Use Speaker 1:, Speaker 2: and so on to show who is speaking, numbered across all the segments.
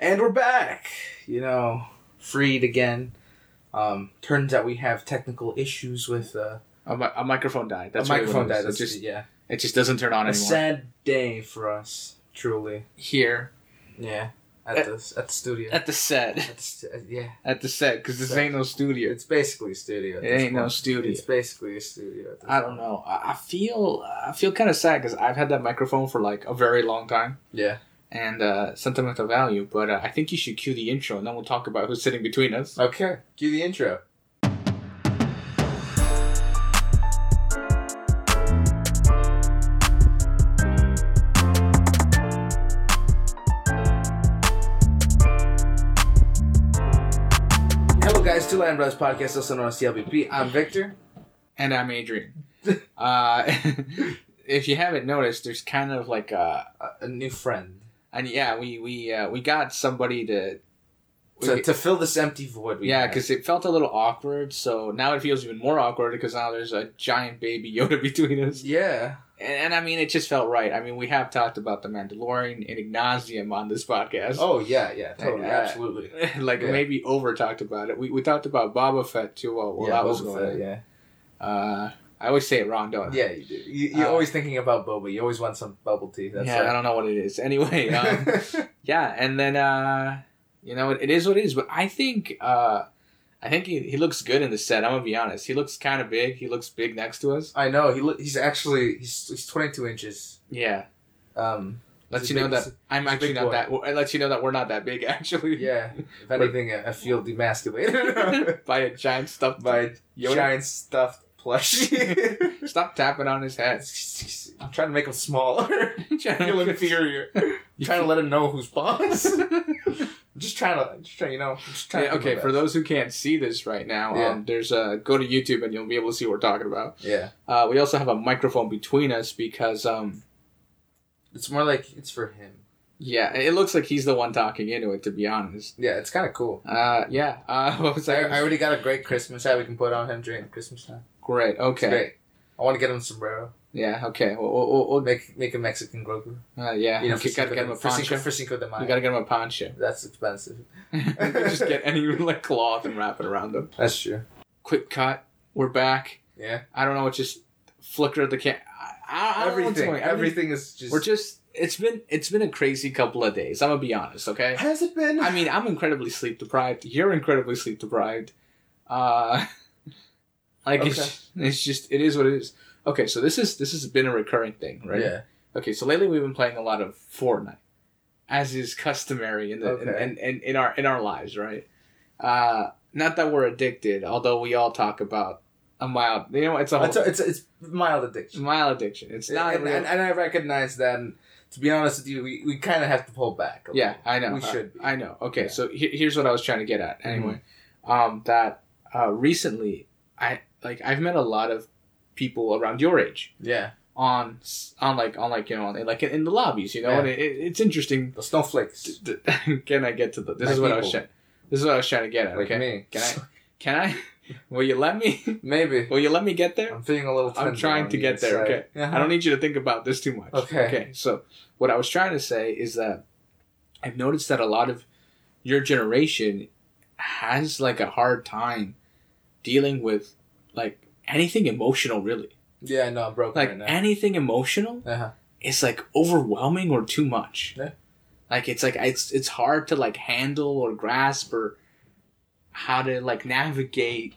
Speaker 1: And we're back, you know, freed again. Um, turns out we have technical issues with uh,
Speaker 2: A, mi- a microphone died. That's
Speaker 1: a microphone
Speaker 2: really what
Speaker 1: died.
Speaker 2: it is.
Speaker 1: That's
Speaker 2: It just
Speaker 1: yeah,
Speaker 2: it just doesn't turn on
Speaker 1: a
Speaker 2: anymore.
Speaker 1: sad day for us, truly.
Speaker 2: Here
Speaker 1: Yeah, at,
Speaker 2: At-
Speaker 1: the at the studio.
Speaker 2: at the set,
Speaker 1: At the stu- uh, yeah,
Speaker 2: at the set, because this
Speaker 1: Set.
Speaker 2: ain't no studio.
Speaker 1: it's basically a studio. at
Speaker 2: It
Speaker 1: this
Speaker 2: ain't no
Speaker 1: point.
Speaker 2: studio.
Speaker 1: It's basically a studio. At this
Speaker 2: I don't
Speaker 1: point.
Speaker 2: know. I, I feel I feel kind of sad because I've had that microphone for like a very long time
Speaker 1: Yeah,
Speaker 2: and uh, sentimental value. But uh, I think you should cue the intro and then we'll talk about who's sitting between us.
Speaker 1: Okay, cue the intro. Hello, guys. Two Lion Brothers Podcast, also known as CLBP. I'm Victor.
Speaker 2: And I'm Adrian. uh, if you haven't noticed, there's kind of like a
Speaker 1: A- A new friend
Speaker 2: and yeah, we we uh, we got somebody to.
Speaker 1: to, to fill this empty void. We
Speaker 2: yeah,
Speaker 1: have.
Speaker 2: because it felt a little awkward. So now it feels even more awkward because now there's a giant baby Yoda between us.
Speaker 1: yeah,
Speaker 2: And, and I mean, it just felt right. I mean, we have talked about the Mandalorian and Ignazium on this podcast.
Speaker 1: oh yeah, yeah, totally,
Speaker 2: Yeah.
Speaker 1: absolutely.
Speaker 2: like
Speaker 1: Yeah.
Speaker 2: maybe over talked about it. We, we talked about Boba Fett too while, while
Speaker 1: yeah,
Speaker 2: that was
Speaker 1: Boba
Speaker 2: going. on.
Speaker 1: Fett, yeah,
Speaker 2: Uh, I always say it wrong, don't I?
Speaker 1: yeah. You, do. you, you're
Speaker 2: Uh,
Speaker 1: always thinking about Boba. You always want some bubble tea. That's
Speaker 2: yeah, I don't know what it is. Anyway, um,
Speaker 1: right.
Speaker 2: yeah, and then uh, you know it, it is what it is. But I think uh, I think he, he looks good in the set. I'm gonna be honest. He looks kind of big. He looks big next to us.
Speaker 1: I know he lo- he's actually he's, he's 22 inches.
Speaker 2: Yeah,
Speaker 1: Um,
Speaker 2: lets
Speaker 1: He's
Speaker 2: you
Speaker 1: a
Speaker 2: know
Speaker 1: big-
Speaker 2: that I'm
Speaker 1: he's a
Speaker 2: actually
Speaker 1: big
Speaker 2: not
Speaker 1: boy.
Speaker 2: that. well, It lets you know that we're not that big actually.
Speaker 1: yeah. If anything, I I feel demasculated
Speaker 2: by a giant stuffed
Speaker 1: by
Speaker 2: Yoda.
Speaker 1: giant stuffed plushie.
Speaker 2: Stop tapping on his head.
Speaker 1: I'm trying to make him smaller. I feel inferior. I'm trying to let him know who's boss. I'm just trying to, just trying, you know, I'm just trying.
Speaker 2: Yeah,
Speaker 1: to do my
Speaker 2: okay, for
Speaker 1: best.
Speaker 2: those who can't see this right now,
Speaker 1: Yeah.
Speaker 2: um, there's a go to YouTube and you'll be able to see what we're talking about.
Speaker 1: Yeah,
Speaker 2: Uh, we also have a microphone between us because, um,
Speaker 1: it's more like it's for him.
Speaker 2: yeah, it looks like he's the one talking into it. To be honest,
Speaker 1: Yeah, it's kind of cool.
Speaker 2: uh, yeah. Uh, what was
Speaker 1: So I,
Speaker 2: that?
Speaker 1: I already got a great Christmas hat we can put on him during Christmas time.
Speaker 2: Great.
Speaker 1: It's
Speaker 2: Okay.
Speaker 1: great. I want to get him a sombrero.
Speaker 2: Yeah. Okay. Well, well, well, well,
Speaker 1: Make make a Mexican Grogu.
Speaker 2: uh, yeah.
Speaker 1: You know,
Speaker 2: okay,
Speaker 1: for
Speaker 2: gotta
Speaker 1: Cinco
Speaker 2: get him
Speaker 1: de-
Speaker 2: a
Speaker 1: for Cinco-
Speaker 2: poncho.
Speaker 1: for Cinco de Mayo.
Speaker 2: You gotta get him a poncho.
Speaker 1: That's expensive.
Speaker 2: You can just get any like cloth and wrap it around him.
Speaker 1: That's true.
Speaker 2: Quick cut. We're back.
Speaker 1: Yeah.
Speaker 2: I don't know. It just flickered the cam. I, I, I don't know what's
Speaker 1: everything.
Speaker 2: going- I mean,
Speaker 1: everything is just.
Speaker 2: We're just it's been it's been a crazy couple of days. I'm gonna be honest, okay?
Speaker 1: Has it been?
Speaker 2: I mean, I'm incredibly sleep deprived. You're incredibly sleep deprived. Uh like it's it's just it is what it is. Okay, so this is this has been a recurring thing, right?
Speaker 1: Yeah.
Speaker 2: Okay, so lately we've been playing a lot of Fortnite, as is customary in the in,
Speaker 1: Okay.
Speaker 2: in, in, in our in our lives, right? Uh not that we're addicted, although we all talk about a mild you know, it's a whole
Speaker 1: It's, a- it's, it's mild addiction.
Speaker 2: mild addiction. It's not
Speaker 1: and,
Speaker 2: real-
Speaker 1: and, and I recognize that. And to be honest with you, we, we kind of have to pull back. a
Speaker 2: Yeah,
Speaker 1: little.
Speaker 2: I know.
Speaker 1: We should be.
Speaker 2: I know. Okay,
Speaker 1: Yeah. Mm-hmm.
Speaker 2: so he- here's what I was trying to get at. Anyway, um, that uh, recently, I like I've met a lot of people around your age
Speaker 1: Yeah.
Speaker 2: on s- on like on like you know on, like in, in the lobbies, you know,
Speaker 1: Yeah.
Speaker 2: and it, it, it's interesting.
Speaker 1: The snowflakes.
Speaker 2: Th- th- Can I get to the? This
Speaker 1: My
Speaker 2: is what I was
Speaker 1: people.
Speaker 2: trying. This is what I was trying to get at.
Speaker 1: Like
Speaker 2: Okay,
Speaker 1: me.
Speaker 2: can I? Can I? Will you let me?
Speaker 1: Maybe.
Speaker 2: Will you let me get there?
Speaker 1: I'm feeling a little.
Speaker 2: I'm
Speaker 1: tender
Speaker 2: trying
Speaker 1: on
Speaker 2: to
Speaker 1: the
Speaker 2: get there,
Speaker 1: inside. Uh-huh.
Speaker 2: okay.
Speaker 1: Yeah.
Speaker 2: I don't need you to think about this too much.
Speaker 1: Okay.
Speaker 2: Okay. So what I was trying to say is that I've noticed that a lot of your generation has like a hard time dealing with like anything emotional really.
Speaker 1: Yeah. No, I'm broken
Speaker 2: Like
Speaker 1: right now.
Speaker 2: anything emotional
Speaker 1: uh-huh.
Speaker 2: is like overwhelming or too much.
Speaker 1: Yeah.
Speaker 2: Like it's like it's it's hard to like handle or grasp or how to like navigate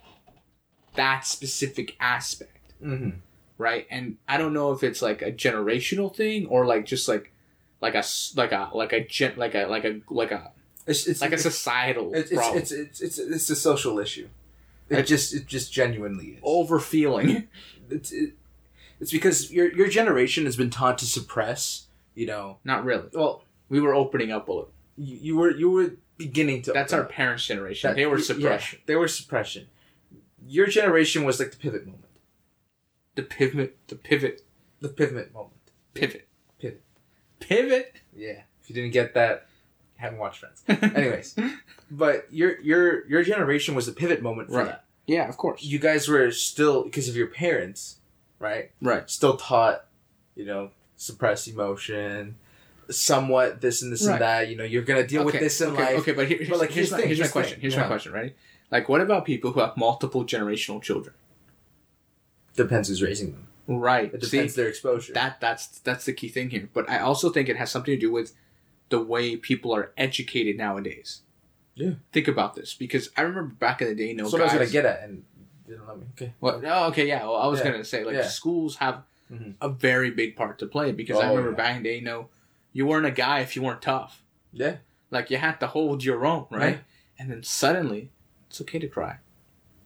Speaker 2: that specific aspect
Speaker 1: Mm-hmm.
Speaker 2: right and i don't know if it's like a generational thing or like just like like a s- like a like a gen, like a like a like a
Speaker 1: It's it's
Speaker 2: like a societal
Speaker 1: it's,
Speaker 2: problem
Speaker 1: it's, it's, it's, it's, it's a social issue. It
Speaker 2: I-
Speaker 1: just it just genuinely is.
Speaker 2: overfeeling
Speaker 1: it's it, it's because your your generation has been taught to suppress. You know,
Speaker 2: not really
Speaker 1: well,
Speaker 2: we were opening up a little
Speaker 1: you, you were you were beginning to.
Speaker 2: that's our
Speaker 1: open up.
Speaker 2: parents generation
Speaker 1: That-
Speaker 2: they were
Speaker 1: yeah,
Speaker 2: suppression
Speaker 1: they were suppression. Your generation was like the pivot moment,
Speaker 2: the pivot the pivot
Speaker 1: the pivot moment.
Speaker 2: pivot
Speaker 1: Pivot.
Speaker 2: pivot
Speaker 1: Yeah, if you didn't get that, haven't watched Friends. Anyways, but your your your generation was the pivot moment for
Speaker 2: Right.
Speaker 1: that.
Speaker 2: yeah of course
Speaker 1: You guys were still because of your parents, right?
Speaker 2: right
Speaker 1: still taught, you know, suppress emotion, somewhat this and this
Speaker 2: Right.
Speaker 1: and that. You know, you're gonna deal with this in
Speaker 2: okay,
Speaker 1: life.
Speaker 2: Okay, but, here- here's,
Speaker 1: like,
Speaker 2: here's,
Speaker 1: here's
Speaker 2: my,
Speaker 1: the thing,
Speaker 2: here's my
Speaker 1: here's the
Speaker 2: question.
Speaker 1: thing,
Speaker 2: Here's my
Speaker 1: yeah.
Speaker 2: question, right? Like, what about people who have multiple generational children?
Speaker 1: Depends who's raising them.
Speaker 2: Right.
Speaker 1: It
Speaker 2: See,
Speaker 1: depends their exposure.
Speaker 2: that that's that's the key thing here. But I also think it has something to do with the way people are educated nowadays.
Speaker 1: Yeah.
Speaker 2: Think about this because I remember back in the day, no
Speaker 1: That's what
Speaker 2: guys.
Speaker 1: I was gonna get at, and you didn't let me. Okay.
Speaker 2: Well, oh, okay, yeah. Well, I was
Speaker 1: Yeah.
Speaker 2: gonna say like
Speaker 1: Yeah.
Speaker 2: schools have
Speaker 1: Mhm.
Speaker 2: a very big part to play because I
Speaker 1: Oh,
Speaker 2: remember
Speaker 1: yeah.
Speaker 2: back in the day, no, you weren't a guy if you weren't tough.
Speaker 1: Yeah.
Speaker 2: Like you had to hold your own, right?
Speaker 1: Yeah.
Speaker 2: And then suddenly, it's okay to cry.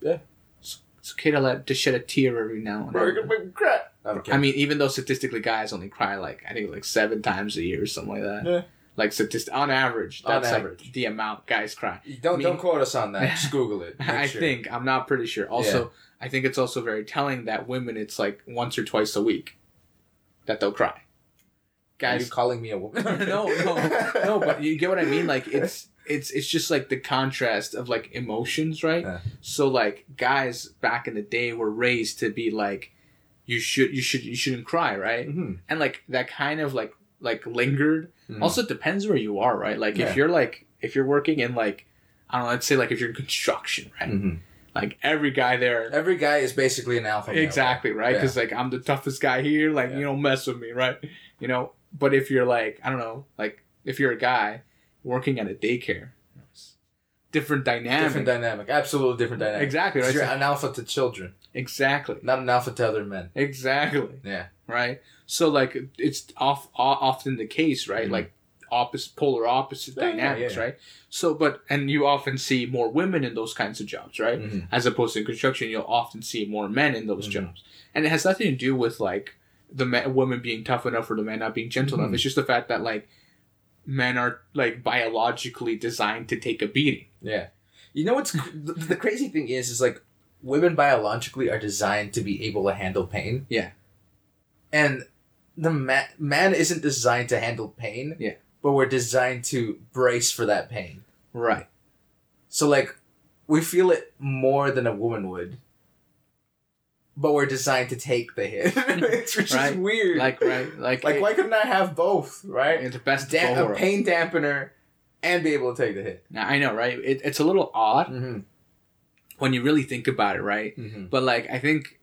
Speaker 1: Yeah.
Speaker 2: It's, it's okay to let to shed a tear every now and
Speaker 1: Bro, you're
Speaker 2: then.
Speaker 1: gonna make me cry. Okay.
Speaker 2: I mean, even though statistically guys only cry like I think like seven times a year or something like that.
Speaker 1: Yeah.
Speaker 2: Like statist on average,
Speaker 1: On
Speaker 2: that's like,
Speaker 1: average.
Speaker 2: the amount guys cry.
Speaker 1: don't
Speaker 2: mean-
Speaker 1: don't quote us on that. Just Google it. Make
Speaker 2: I
Speaker 1: sure.
Speaker 2: think I'm not pretty sure. Also, I think it's also very telling that women it's like once or twice a week that they'll cry.
Speaker 1: Are you
Speaker 2: Guys,
Speaker 1: calling me a woman?
Speaker 2: no, no, no, but you get what I mean. Like it's it's it's just like the contrast of like emotions, right?
Speaker 1: Yeah.
Speaker 2: So like guys back in the day were raised to be like, you should you should you shouldn't cry, right?
Speaker 1: Mhm.
Speaker 2: and like that kind of like like lingered.
Speaker 1: Mhm.
Speaker 2: Also, it depends where you are, right? Like
Speaker 1: Yeah.
Speaker 2: if you're like if you're working in like I don't know, let's say like if you're in construction, right?
Speaker 1: Mhm.
Speaker 2: Like every guy there,
Speaker 1: Every guy is basically an alpha. male.
Speaker 2: exactly right,
Speaker 1: Yeah.
Speaker 2: because like I'm the toughest guy here. Like
Speaker 1: Yeah.
Speaker 2: you don't mess with me, right? You know. But if you're like I don't know, like if you're a guy working at a daycare, it's different dynamic.
Speaker 1: Different dynamic. Absolutely different dynamic.
Speaker 2: Exactly
Speaker 1: 'Cause
Speaker 2: right.
Speaker 1: You're
Speaker 2: So-
Speaker 1: an alpha to children,
Speaker 2: exactly.
Speaker 1: not an alpha to other men.
Speaker 2: Exactly.
Speaker 1: Yeah.
Speaker 2: right? So like it's off, o- often the case, right?
Speaker 1: Mhm.
Speaker 2: Like opposite, polar opposite
Speaker 1: Yeah, yeah,
Speaker 2: dynamics,
Speaker 1: yeah.
Speaker 2: right? So, but and you often see more women in those kinds of jobs, right?
Speaker 1: Mhm.
Speaker 2: As opposed to in construction, you'll often see more men in those
Speaker 1: Mhm.
Speaker 2: jobs, and it has nothing to do with like the men, women being tough enough or the man not being gentle enough.
Speaker 1: Mhm.
Speaker 2: It's just the fact that like men are like biologically designed to take a beating.
Speaker 1: Yeah. You know what's cr- the, the crazy thing is is like women biologically are designed to be able to handle pain.
Speaker 2: Yeah.
Speaker 1: And the ma- man isn't designed to handle pain.
Speaker 2: Yeah.
Speaker 1: But we're designed to brace for that pain.
Speaker 2: Right.
Speaker 1: So like we feel it more than a woman would. But we're designed to take the hit. it's which
Speaker 2: Right.
Speaker 1: is weird.
Speaker 2: Like right. Like
Speaker 1: like why couldn't I have both, right?
Speaker 2: It's the best of
Speaker 1: Da-
Speaker 2: both
Speaker 1: a
Speaker 2: worlds.
Speaker 1: pain dampener and be able to take the hit.
Speaker 2: Now, I know, right? It, it's a little odd.
Speaker 1: Mm-hmm.
Speaker 2: when you really think about it, right?
Speaker 1: Mm-hmm.
Speaker 2: But like I think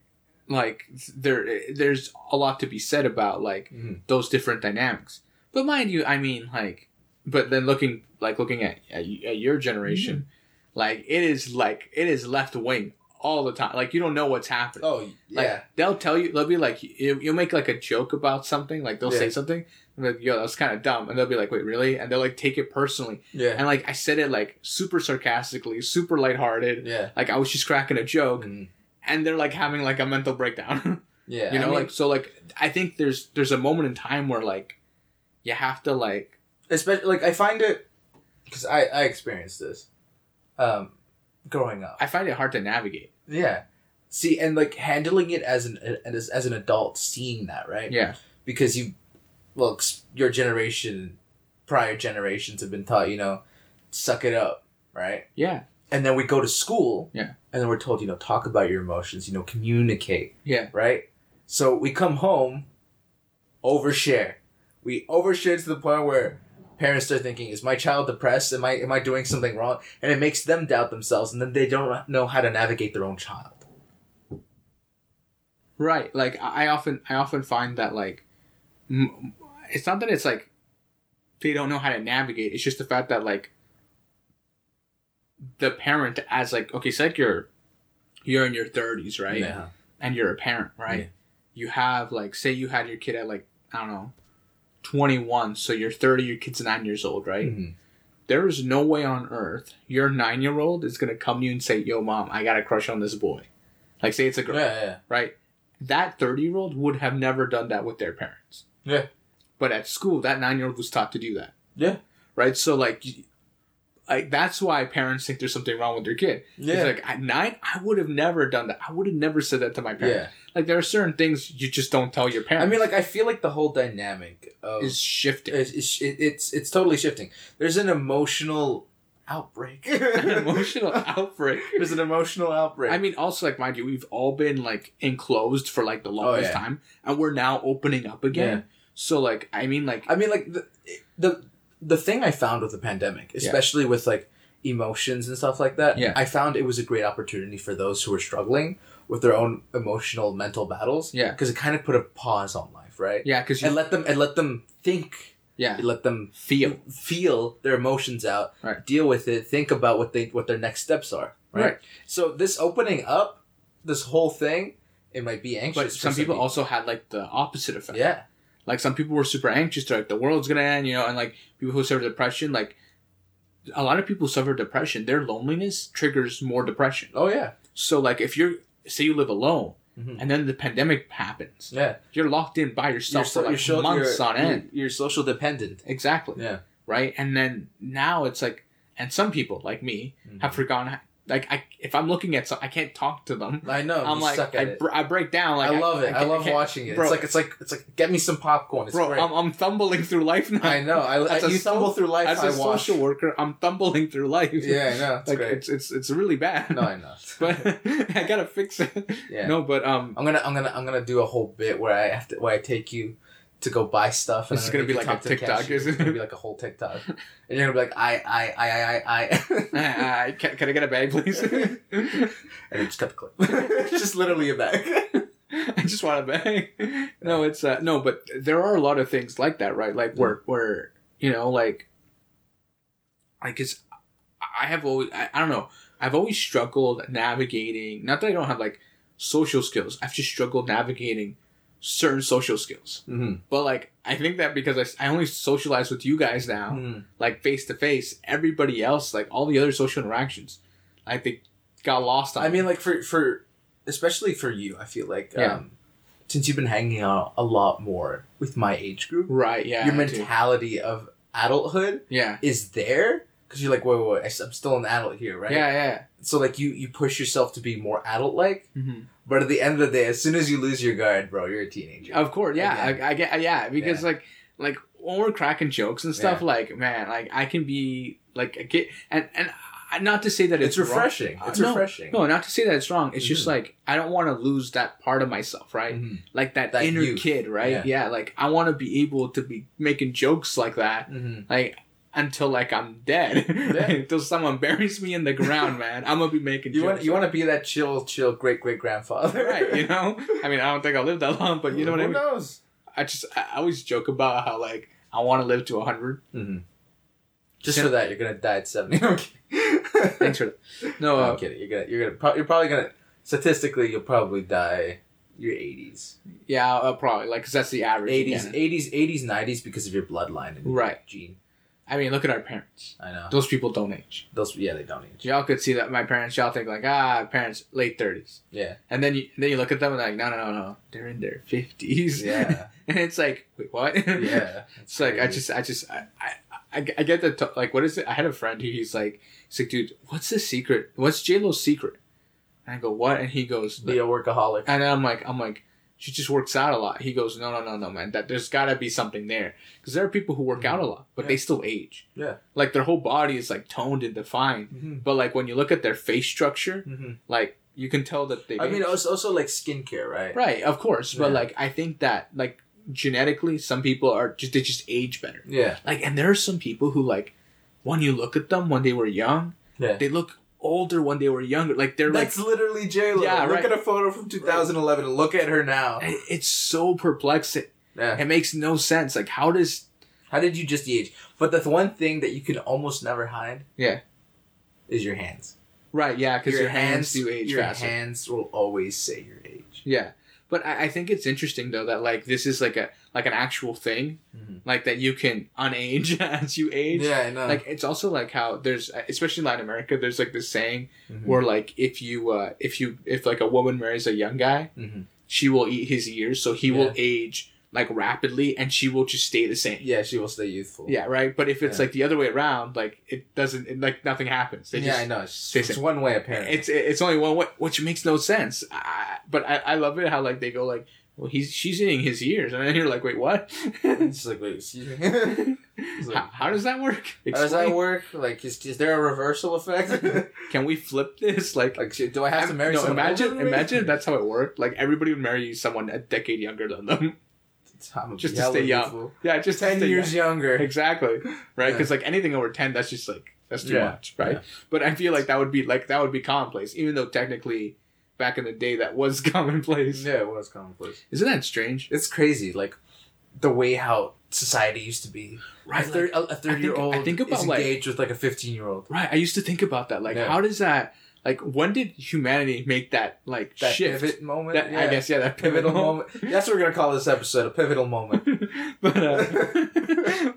Speaker 2: like there there's a lot to be said about like
Speaker 1: Mhm.
Speaker 2: those different dynamics. But mind you, I mean like but then looking like looking at at, y- at your generation,
Speaker 1: Mm-hmm.
Speaker 2: like it is like it is left wing all the time. Like you don't know what's happening.
Speaker 1: Oh yeah.
Speaker 2: Like they'll tell you, they'll be like, you- you'll make like a joke about something, like they'll say
Speaker 1: Yeah.
Speaker 2: something, and like, yo, that's kind of dumb, and they'll be like, wait, really? And they'll like take it personally,
Speaker 1: yeah.
Speaker 2: and like I said it like super sarcastically, super lighthearted,
Speaker 1: Yeah.
Speaker 2: like I was just cracking a joke,
Speaker 1: Mhm.
Speaker 2: and they're like having like a mental breakdown.
Speaker 1: Yeah.
Speaker 2: you know,
Speaker 1: I mean,
Speaker 2: like so like I think there's there's a moment in time where like you have to like
Speaker 1: especially like I find it because I I experienced this, um, growing up.
Speaker 2: I find it hard to navigate.
Speaker 1: yeah. See, and like handling it as an as, as an adult, seeing that right
Speaker 2: Yeah.
Speaker 1: because you, well, ex- your generation, prior generations have been taught you know, suck it up, right?
Speaker 2: Yeah.
Speaker 1: and then we go to school
Speaker 2: Yeah.
Speaker 1: and then we're told you know talk about your emotions you know communicate
Speaker 2: Yeah.
Speaker 1: right so we come home overshare we overshare to the point where parents start thinking is my child depressed am i am i doing something wrong and it makes them doubt themselves and then they don't know how to navigate their own child
Speaker 2: Right. Like I I often I often find that like m- it's not that it's like they don't know how to navigate. It's just the fact that like the parent as like okay, say like you're you're in your thirties, right? and you're a parent, right?
Speaker 1: Yeah.
Speaker 2: You have like say you had your kid at like I don't know, twenty one, so you're thirty, your kid's nine years old, right?
Speaker 1: Mhm.
Speaker 2: There is no way on earth your nine year old is gonna come to you and say, Yo mom, I got a crush on this boy. Like say it's a
Speaker 1: yeah
Speaker 2: girl,
Speaker 1: yeah
Speaker 2: right? That thirty year old would have never done that with their parents.
Speaker 1: Yeah.
Speaker 2: But at school that nine year old was taught to do that.
Speaker 1: Yeah.
Speaker 2: Right? So like y- like that's why parents think there's something wrong with their kid.
Speaker 1: yeah
Speaker 2: It's like at nine, I would have never done that. I would have never said that to my parents.
Speaker 1: yeah
Speaker 2: Like there are certain things you just don't tell your
Speaker 1: i
Speaker 2: parents.
Speaker 1: mean like i feel like the whole dynamic of
Speaker 2: is shifting.
Speaker 1: it's, it's, it's it's totally shifting there's an emotional outbreak
Speaker 2: An emotional outbreak.
Speaker 1: There's an emotional outbreak.
Speaker 2: I mean, also like mind you, we've all been like enclosed for like the
Speaker 1: Oh,
Speaker 2: longest
Speaker 1: yeah.
Speaker 2: time, and we're now opening up again. So like I mean like
Speaker 1: I mean, like the the the thing I found with the pandemic,
Speaker 2: Yeah.
Speaker 1: especially with like emotions and stuff like that,
Speaker 2: Yeah.
Speaker 1: I found it was a great opportunity for those who were struggling with their own emotional mental battles.
Speaker 2: Yeah.
Speaker 1: because it kind of put a pause on life, right?
Speaker 2: yeah, because
Speaker 1: And
Speaker 2: you
Speaker 1: let them and let them think.
Speaker 2: yeah
Speaker 1: It let them
Speaker 2: feel
Speaker 1: feel their emotions out,
Speaker 2: Right.
Speaker 1: deal with it, think about what they what their next steps are. Right.
Speaker 2: Right.
Speaker 1: So this opening up, this whole thing, it might be anxious.
Speaker 2: But
Speaker 1: for
Speaker 2: some people also had like the opposite effect.
Speaker 1: yeah,
Speaker 2: Like some people were super anxious, they're like the world's gonna end, you know, and like people who suffer depression, like a lot of people suffer depression. Their loneliness triggers more depression.
Speaker 1: oh yeah,
Speaker 2: So like if you're say you live alone,
Speaker 1: Mhm.
Speaker 2: and then the pandemic happens,
Speaker 1: yeah.
Speaker 2: you're locked in by yourself
Speaker 1: so-
Speaker 2: for like
Speaker 1: so-
Speaker 2: months
Speaker 1: you're-
Speaker 2: on end.
Speaker 1: You're, you're social dependent.
Speaker 2: Exactly.
Speaker 1: Yeah.
Speaker 2: Right. And then now it's like, and some people like me have
Speaker 1: Mm-hmm.
Speaker 2: forgotten. how- Like I, if I'm looking at, some, I can't talk to them.
Speaker 1: I know.
Speaker 2: I'm
Speaker 1: Oh, you
Speaker 2: like,
Speaker 1: suck at
Speaker 2: I,
Speaker 1: it.
Speaker 2: br- I break down. Like
Speaker 1: I love it. I,
Speaker 2: can't-
Speaker 1: love
Speaker 2: can't-
Speaker 1: watching it.
Speaker 2: Bro.
Speaker 1: It's like it's like it's like get me some popcorn. It's
Speaker 2: Bro,
Speaker 1: great.
Speaker 2: I'm, I'm thumbling through life now.
Speaker 1: I know. I, I
Speaker 2: As a
Speaker 1: you stumble
Speaker 2: so-
Speaker 1: through life.
Speaker 2: As
Speaker 1: I
Speaker 2: a
Speaker 1: watch.
Speaker 2: social worker, I'm thumbling through life.
Speaker 1: Yeah, I know. It's
Speaker 2: like
Speaker 1: great.
Speaker 2: it's it's it's really bad.
Speaker 1: No, I know.
Speaker 2: but I gotta fix it.
Speaker 1: Yeah.
Speaker 2: No, but um,
Speaker 1: I'm gonna I'm gonna I'm gonna do a whole bit where I have to where I take you to go buy stuff.
Speaker 2: This
Speaker 1: I'm
Speaker 2: is gonna
Speaker 1: make
Speaker 2: be
Speaker 1: you
Speaker 2: like
Speaker 1: talk
Speaker 2: a
Speaker 1: to the
Speaker 2: TikTok,
Speaker 1: cashier.
Speaker 2: isn't
Speaker 1: It's gonna
Speaker 2: it?
Speaker 1: be like a whole TikTok, and you're gonna be like I I I I I I,
Speaker 2: I, I, can, can I get a bag, please?
Speaker 1: and you just cut the clip. It's just literally a bag.
Speaker 2: I just want a bag. No, it's uh, no, but there are a lot of things like that, right? Like
Speaker 1: Mm.
Speaker 2: where where you know, like, like it's I have always I, I don't know I've always struggled navigating. Not that I don't have like social skills. I've just struggled navigating certain social skills.
Speaker 1: Mm-hmm.
Speaker 2: But like I think that because I, s- I only socialize with you guys now,
Speaker 1: Mm. Mm-hmm.
Speaker 2: like face to face, everybody else, like all the other social interactions, I think got lost on.
Speaker 1: I
Speaker 2: me.
Speaker 1: mean, like for for especially for you, I feel like
Speaker 2: Yeah.
Speaker 1: um, since you've been hanging out a lot more with my age group,
Speaker 2: right? Yeah,
Speaker 1: your
Speaker 2: I do.
Speaker 1: mentality of adulthood
Speaker 2: Yeah,
Speaker 1: is there because you're like, wait, wait, wait, I s- I'm still an adult here, right?
Speaker 2: yeah, yeah.
Speaker 1: So like you you push yourself to be more adult like,
Speaker 2: Mm-hmm.
Speaker 1: but at the end of the day, as soon as you lose your guard, bro, you're a teenager.
Speaker 2: Of course, yeah,
Speaker 1: Again.
Speaker 2: I, I get, yeah, because like, like when we're cracking jokes and stuff, like, man, like I can be like a kid, and and I- not to say that
Speaker 1: it's
Speaker 2: it's,
Speaker 1: refreshing.
Speaker 2: wrong.
Speaker 1: It's
Speaker 2: Uh, no,
Speaker 1: refreshing.
Speaker 2: No, not to say that it's wrong. It's just
Speaker 1: Mhm.
Speaker 2: like I don't want to lose that part of myself, right?
Speaker 1: Mhm.
Speaker 2: Like that,
Speaker 1: That
Speaker 2: inner
Speaker 1: youth.
Speaker 2: kid, right?
Speaker 1: Yeah.
Speaker 2: Yeah. like I want to be able to be making jokes like that,
Speaker 1: Mhm.
Speaker 2: like until like I'm dead, until someone buries me in the ground, man. I'm gonna be making
Speaker 1: You
Speaker 2: jokes.
Speaker 1: want you want to be that chill, chill great great grandfather,
Speaker 2: right? You know, I mean, I don't think I'll live that long, but you know what I
Speaker 1: Who
Speaker 2: mean.
Speaker 1: knows?
Speaker 2: I just I I always joke about how like I want to live to hundred.
Speaker 1: Mhm. Just for that, you're gonna die at seventy. I'm kidding.
Speaker 2: Thanks for that. No,
Speaker 1: No, I'm
Speaker 2: uh,
Speaker 1: kidding. You're gonna, you're gonna, pro- you're probably gonna. Statistically, you'll probably die your 80s,
Speaker 2: yeah, uh, probably like 'cause that's the average.
Speaker 1: 80s,
Speaker 2: yeah.
Speaker 1: 80s, 80s, 90s because of your bloodline and your
Speaker 2: Right.
Speaker 1: gene.
Speaker 2: I mean, look at our parents.
Speaker 1: I know
Speaker 2: Those people don't age.
Speaker 1: those. Yeah, they don't age.
Speaker 2: Y'all could see that my parents. Y'all think like ah, parents late thirties,
Speaker 1: Yeah,
Speaker 2: and then you then you look at them and like no no no no, they're in their fifties.
Speaker 1: yeah,
Speaker 2: and it's like wait what?
Speaker 1: yeah.
Speaker 2: It's like I
Speaker 1: crazy.
Speaker 2: just I just I I, I, I get the t- like what is it? I had a friend who he's like he's like dude, what's the secret? What's J Lo's secret? And I go what? And he goes
Speaker 1: Be a workaholic.
Speaker 2: And then I'm like, I'm like, she just works out a lot. He goes, no, no, no, no, man. That there's got to be something there because there are people who work out a lot, but
Speaker 1: Mm-hmm. Yeah.
Speaker 2: they still age.
Speaker 1: Yeah.
Speaker 2: like their whole body is like toned and defined,
Speaker 1: Mm-hmm.
Speaker 2: but like when you look at their face structure,
Speaker 1: Mm-hmm.
Speaker 2: like you can tell that they.
Speaker 1: I mean, also, also like skincare, right?
Speaker 2: right, of course, but
Speaker 1: Yeah.
Speaker 2: like I think that like genetically, some people are just they just age better.
Speaker 1: Yeah,
Speaker 2: Like, and there are some people who like when you look at them when they were young,
Speaker 1: yeah.
Speaker 2: they look older when they were younger. Like they're like
Speaker 1: That's literally J Lo.
Speaker 2: Yeah,
Speaker 1: look
Speaker 2: right.
Speaker 1: at a photo from 2011 and look at her now.
Speaker 2: it- it's so perplexing.
Speaker 1: Yeah.
Speaker 2: It makes no sense. Like, how does
Speaker 1: How did you just age? But the th- one thing that you can almost never hide.
Speaker 2: Yeah.
Speaker 1: Is your hands.
Speaker 2: right? Yeah, because your, hands, do age
Speaker 1: your
Speaker 2: faster.
Speaker 1: hands will always say your age.
Speaker 2: Yeah, but I, I think it's interesting though that like this is like a like an actual thing,
Speaker 1: Mhm.
Speaker 2: like that you can unage as you age.
Speaker 1: I know.
Speaker 2: Like it's also like how there's especially in Latin America there's like this saying
Speaker 1: Mhm.
Speaker 2: where like if you uh if you if like a woman marries a young guy
Speaker 1: Mhm.
Speaker 2: she will eat his ears so he
Speaker 1: Yeah.
Speaker 2: will age like rapidly and she will just stay the same
Speaker 1: yeah, she will stay youthful.
Speaker 2: yeah right but if it's
Speaker 1: Yeah.
Speaker 2: like the other way around like it doesn't it, like nothing happens they
Speaker 1: yeah,
Speaker 2: just
Speaker 1: I know. It's,
Speaker 2: they
Speaker 1: it's
Speaker 2: say-
Speaker 1: one way apparently.
Speaker 2: it's it's only one way, which makes no sense. I, but I, I love it how like they go like, well, he's she's eating his ears, and then you're like, wait, what?
Speaker 1: It's like, wait, excuse me. How
Speaker 2: how, how does that work?
Speaker 1: does that
Speaker 2: Explain.
Speaker 1: work? Like, is, is there a reversal effect?
Speaker 2: Can we flip this? Like,
Speaker 1: like, should- do I have to marry
Speaker 2: no,
Speaker 1: someone?
Speaker 2: imagine
Speaker 1: older than me?
Speaker 2: imagine if that's how it worked. Like everybody would marry someone a decade younger than them.
Speaker 1: time of
Speaker 2: Just to
Speaker 1: yellow,
Speaker 2: stay
Speaker 1: you
Speaker 2: young.
Speaker 1: fool.
Speaker 2: Yeah, just
Speaker 1: Ten
Speaker 2: stay-
Speaker 1: years younger.
Speaker 2: Exactly. Right?
Speaker 1: Yeah.
Speaker 2: Because like anything over ten, that's just like that's too
Speaker 1: Yeah.
Speaker 2: much, right?
Speaker 1: Yeah.
Speaker 2: But I feel like that would be like that would be commonplace, even though technically back in the day that was commonplace.
Speaker 1: Yeah, it was commonplace.
Speaker 2: Isn't that strange?
Speaker 1: It's crazy, like the way how society used to be. Right,
Speaker 2: Like,
Speaker 1: a thirty year old
Speaker 2: I think
Speaker 1: is
Speaker 2: about, like-
Speaker 1: engaged with like a fifteen year old.
Speaker 2: right. I used to think about that. Like,
Speaker 1: Yeah.
Speaker 2: how does that? Like, when did humanity make that like
Speaker 1: That
Speaker 2: shift?
Speaker 1: pivot moment.
Speaker 2: That
Speaker 1: yeah.
Speaker 2: I guess yeah, that
Speaker 1: pivotal moment. That's what we're gonna call this episode: a pivotal moment.
Speaker 2: but uh,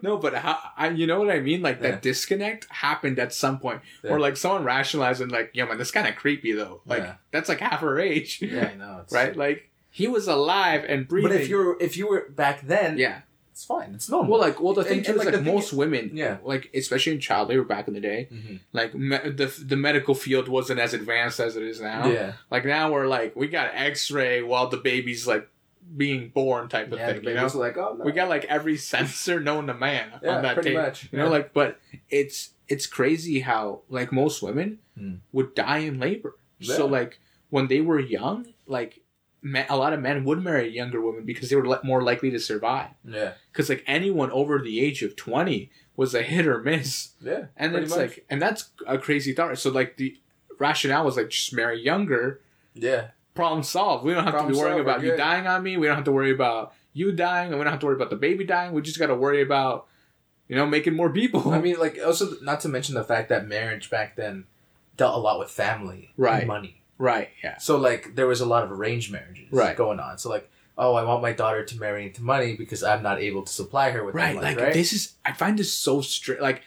Speaker 2: no, but how, I, you know what I mean? Like
Speaker 1: Yeah.
Speaker 2: that disconnect happened at some point,
Speaker 1: Yeah.
Speaker 2: or like someone rationalizing, like, "Yeah, man, that's kind of creepy though. Like,
Speaker 1: Yeah.
Speaker 2: that's like half her age,
Speaker 1: Yeah, I know. It's,
Speaker 2: right? Like, he was alive and breathing.
Speaker 1: But if you're if you were back then,
Speaker 2: yeah,
Speaker 1: it's fine. It's normal.
Speaker 2: well, like, well, the
Speaker 1: And-
Speaker 2: thing
Speaker 1: and,
Speaker 2: too is
Speaker 1: like,
Speaker 2: like,
Speaker 1: the thing
Speaker 2: most women,
Speaker 1: Yeah.
Speaker 2: like especially in child labor back in the day,
Speaker 1: Mhm.
Speaker 2: like me- the the medical field wasn't as advanced as it is now.
Speaker 1: yeah,
Speaker 2: Like now we're like we got X-ray while the baby's like being born type of
Speaker 1: yeah.
Speaker 2: thing.
Speaker 1: The
Speaker 2: You know?
Speaker 1: baby's like, oh no,
Speaker 2: We got like every sensor known to man
Speaker 1: yeah,
Speaker 2: on that
Speaker 1: pretty
Speaker 2: tape.
Speaker 1: much.
Speaker 2: You know,
Speaker 1: yeah.
Speaker 2: like, but it's it's crazy how like most women
Speaker 1: Hmm.
Speaker 2: would die in labor. So
Speaker 1: Yeah.
Speaker 2: like when they were young, like men, a lot of men would marry younger women because they were li- more likely to survive.
Speaker 1: yeah,
Speaker 2: Because like anyone over the age of twenty was a hit or miss,
Speaker 1: yeah,
Speaker 2: and
Speaker 1: Pretty
Speaker 2: it's
Speaker 1: much.
Speaker 2: like, and that's a crazy thought. So like the rationale was like just marry younger,
Speaker 1: yeah.
Speaker 2: problem solved. We don't have
Speaker 1: Problem
Speaker 2: to be worrying
Speaker 1: solved, we're
Speaker 2: about you
Speaker 1: good.
Speaker 2: dying on me. We don't have to worry about you dying, and we don't have to worry about the baby dying. We just got to worry about you know making more people.
Speaker 1: I mean, like also not to mention the fact that marriage back then dealt a lot with family,
Speaker 2: Right.
Speaker 1: and money.
Speaker 2: right? Yeah.
Speaker 1: So like there was a lot of arranged marriages
Speaker 2: Right.
Speaker 1: going on. So like, oh, I want my daughter to marry into money because I'm not able to supply her with
Speaker 2: right
Speaker 1: the money,
Speaker 2: like
Speaker 1: right?
Speaker 2: this is i find this so strange like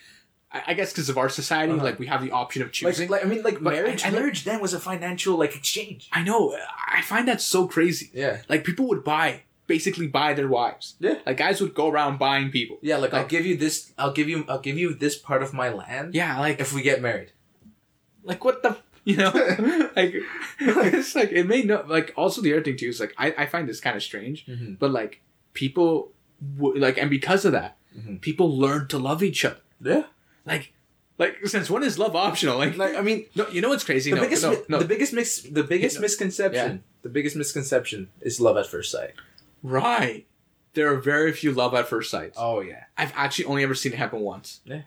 Speaker 2: i, I guess because of our society
Speaker 1: Uh-huh.
Speaker 2: like we have the option of choosing
Speaker 1: like, like, I mean, like
Speaker 2: But
Speaker 1: marriage.
Speaker 2: I- I-
Speaker 1: marriage then was a financial like exchange.
Speaker 2: i know i find that so crazy
Speaker 1: Yeah,
Speaker 2: like people would buy basically buy their wives
Speaker 1: Yeah.
Speaker 2: like guys would go around buying people
Speaker 1: yeah. Like, I'll
Speaker 2: Like-
Speaker 1: give you this. I'll give you. I'll give you this part of my land
Speaker 2: yeah like
Speaker 1: if we get married.
Speaker 2: like what the f- you know like it's like it may no like also the other thing too is like i, I find this kind of strange
Speaker 1: Mhm.
Speaker 2: but like people w- like and because of that
Speaker 1: Mhm.
Speaker 2: people learn to love each other
Speaker 1: Yeah.
Speaker 2: like like since when is love optional like,
Speaker 1: Like, I mean,
Speaker 2: no you know what's crazy
Speaker 1: the
Speaker 2: no,
Speaker 1: biggest,
Speaker 2: no,
Speaker 1: mi-
Speaker 2: no.
Speaker 1: the biggest mix, the biggest misconception, the biggest misconception is love at first sight.
Speaker 2: Right. There are very few love at first sights.
Speaker 1: Oh yeah.
Speaker 2: I've actually only ever seen it happen once.
Speaker 1: Yeah.